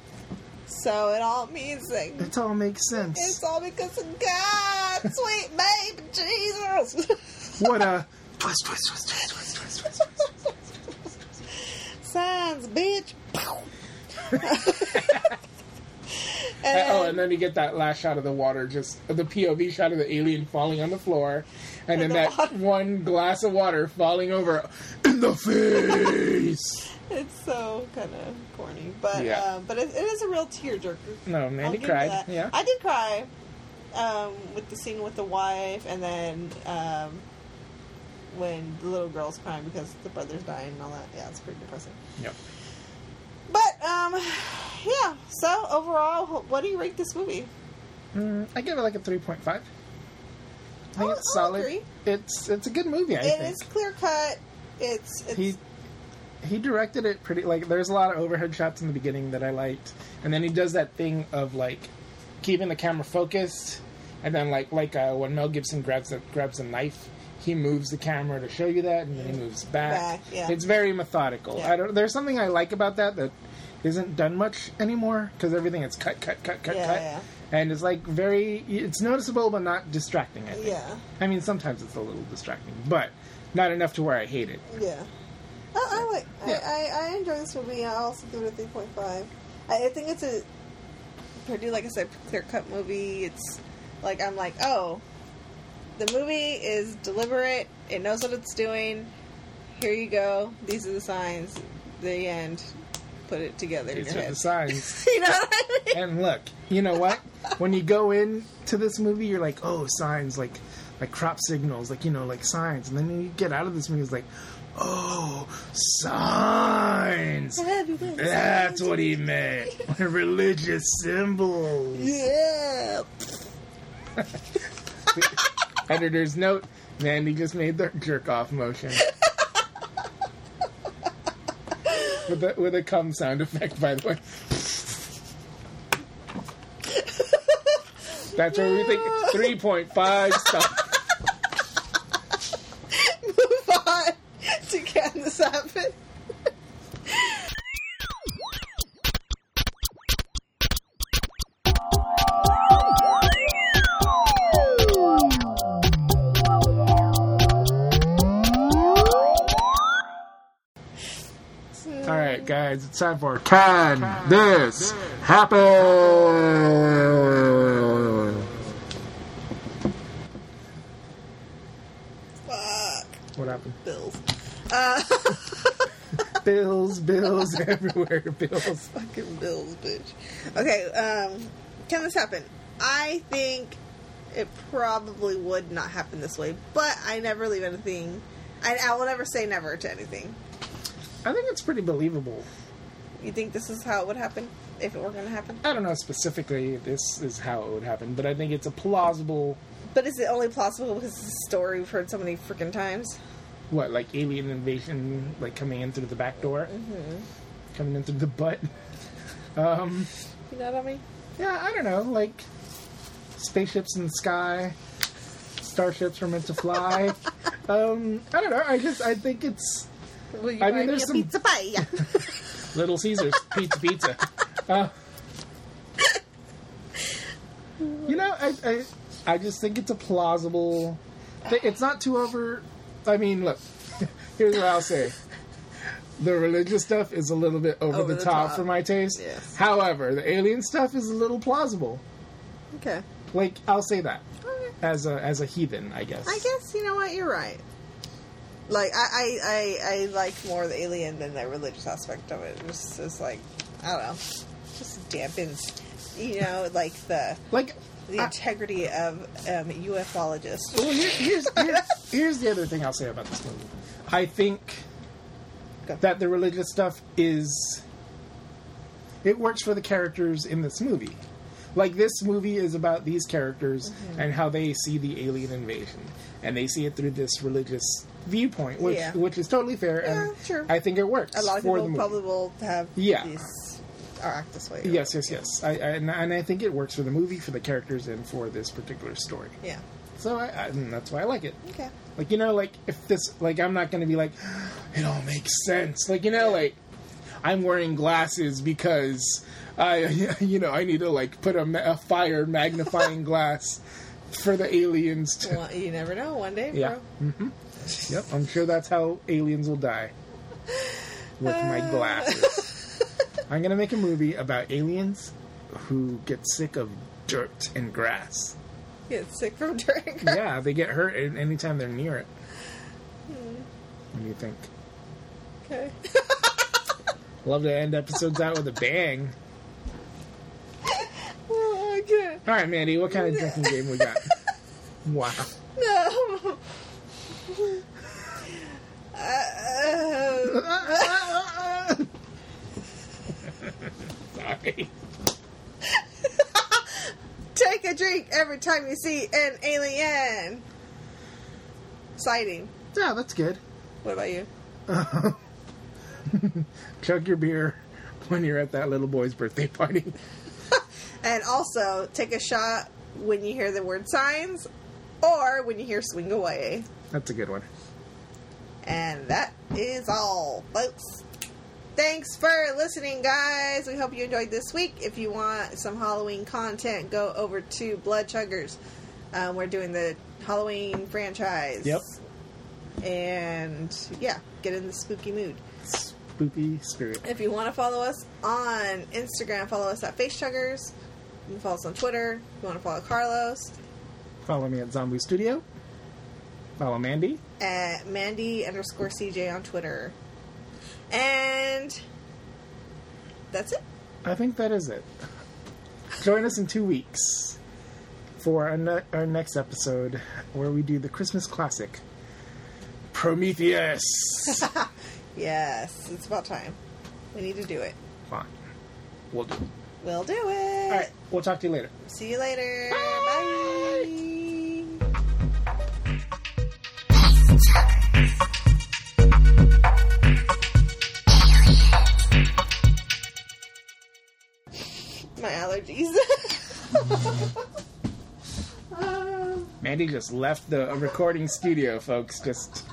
So it all means like (laughs) It all makes sense. it's all because of God, sweet baby Jesus. (laughs) what a (laughs) twist, twist, twist, twist, twist, twist, twist. Signs, (laughs) bitch. Pow. Uh, and, oh, and then you get that last shot of the water, just the POV shot of the alien falling on the floor, and then the that water. one glass of water falling over in the face. it's so kind of corny, but Yeah. um, but it, it is a real tearjerker. no, I'll Mandy give you cried. that. Yeah. I did cry um, with the scene with the wife, and then um, when the little girl's crying because the brother's dying and all that. Yeah, it's pretty depressing. Yep. But um, yeah. So overall, wh- what do you rate this movie? Mm, I give it like a three point five. I think I'll- it's I'll solid. Oh, agree. It's it's a good movie. I It think is clear cut. It's, it's he he directed it pretty. Like there's a lot of overhead shots in the beginning that I liked, and then he does that thing of like keeping the camera focused, and then like like uh, when Mel Gibson grabs a, grabs a knife. He moves the camera to show you that, and then he moves back. Back, yeah. It's very methodical. Yeah. I don't. There's something I like about that that isn't done much anymore because everything is cut, cut, cut, cut, Yeah, cut, yeah. and it's like very. It's noticeable but not distracting. I think. yeah I mean, sometimes it's a little distracting, but not enough to where I hate it. yeah. Oh, I, like, Yeah. I, I I enjoy this movie. I also give it a three point five. I, I think it's a pretty like I said clear cut movie. It's like I'm like oh, the movie is deliberate. It knows what it's doing. Here you go. These are the signs. The end. Put it together in It's your with the head. (laughs) signs. you know what I mean? and look, you know what? When you go in to this movie, you're like, oh, signs, like, like crop signals, like you know, like signs. And then you get out of this movie, it's like, oh, (laughs) signs. Everywhere. That's what he meant. Religious symbols. Yeah. (laughs) Editor's note: Mandy just made the jerk off motion. With a, with a cum sound effect, by the way. That's where we think 3.5 stars. Move on (laughs) to can this happen. All right, guys, it's time for Can This Happen? Fuck. What happened? Bills. Bills, bills (laughs) everywhere, bills. Fucking bills, bitch. Okay, um, can this happen? I think it probably would not happen this way, but I never leave anything. I, I will never say never to anything. I think it's pretty believable. You think this is how it would happen if it were going to happen? I don't know specifically if this is how it would happen, but I think it's a plausible, But is it only plausible because it's a story we've heard so many freaking times? what, like alien invasion, like coming in through the back door? Coming in through the butt? (laughs) Um, You know what I mean? yeah, I don't know, like spaceships in the sky, starships were meant to fly. Um, I don't know. I just I think it's Will you I I mean, mean, there's a some- pizza pie? Yeah. (laughs) Little Caesars pizza pizza. Uh, you know, I, I I just think it's a plausible. thi- It's not too over. I mean, look. (laughs) Here's what I'll say. The religious stuff is a little bit over, the, top, for my taste. Yes. However, the alien stuff is a little plausible. okay. Like I'll say that Okay. as a as a heathen, I guess. I guess you know what you're right. Like I, I, I, I like more the alien than the religious aspect of it. It's just it's like I don't know, just dampens, you know, like the Like the integrity of um, ufologists. Well, here, here's, here, here's the other thing I'll say about this movie. I think Go. that the religious stuff is. It works for the characters in this movie. Like, this movie is about these characters Mm-hmm. and how they see the alien invasion. And they see it through this religious viewpoint, which, Yeah. which is totally fair. and Yeah, sure. I think it works. A lot of for the people movie. probably will have Yeah. these or act this way. Yes, yes, yes. I, I, and, and I think it works for the movie, for the characters, and for this particular story. Yeah. So I, I, and that's why I like it. Okay. Like you know, like if this, like I'm not gonna be like, (gasps) it all makes sense. Like you know, like I'm wearing glasses because I, (laughs) you know, I need to like put a, ma- a fire magnifying glass for the aliens. To- Well, you never know. One day, yeah. bro. hmm Yep. I'm sure that's how aliens will die with my glasses. I'm gonna make a movie about aliens who get sick of dirt and grass. Get sick from drink. (laughs) yeah, they get hurt an- anytime they're near it. Hmm. What do you think? Okay. Love to end episodes out with a bang. oh, okay. All right, Mandy, what (laughs) kind of drinking game we got? Wow. (laughs) No. (laughs) Uh, Sorry. take a drink every time you see an alien sighting. Yeah, that's good. What about you? Chug your beer when you're at that little boy's birthday party. And also take a shot when you hear the word signs or when you hear swing away. That's a good one. And that is all, folks. Thanks for listening, guys. We hope you enjoyed this week. If you want some Halloween content, go over to Blood Chuggers. Um, we're doing the Halloween franchise. Yep. And yeah, get in the spooky mood. Spoopy spirit. If you want to follow us on Instagram, follow us at Face Chuggers. You can follow us on Twitter. If you want to follow Carlos Follow me at Zombie Studio. Follow Mandy. at Mandy underscore CJ on Twitter. And that's it. I think that is it. Join us in two weeks for our, ne- our next episode where we do the Christmas classic (laughs) Prometheus. Yes, it's about time. We need to do it. Fine. We'll do. We'll do it. All right. We'll talk to you later. See you later. Bye. My allergies. (laughs) Um, Mandy just left the recording studio, folks. Just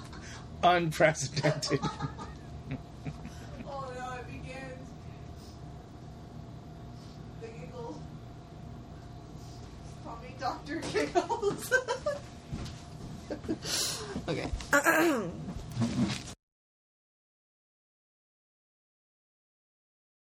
unprecedented. (laughs) Oh no, it begins. (laughs) The giggles. Call me Dr. Giggles.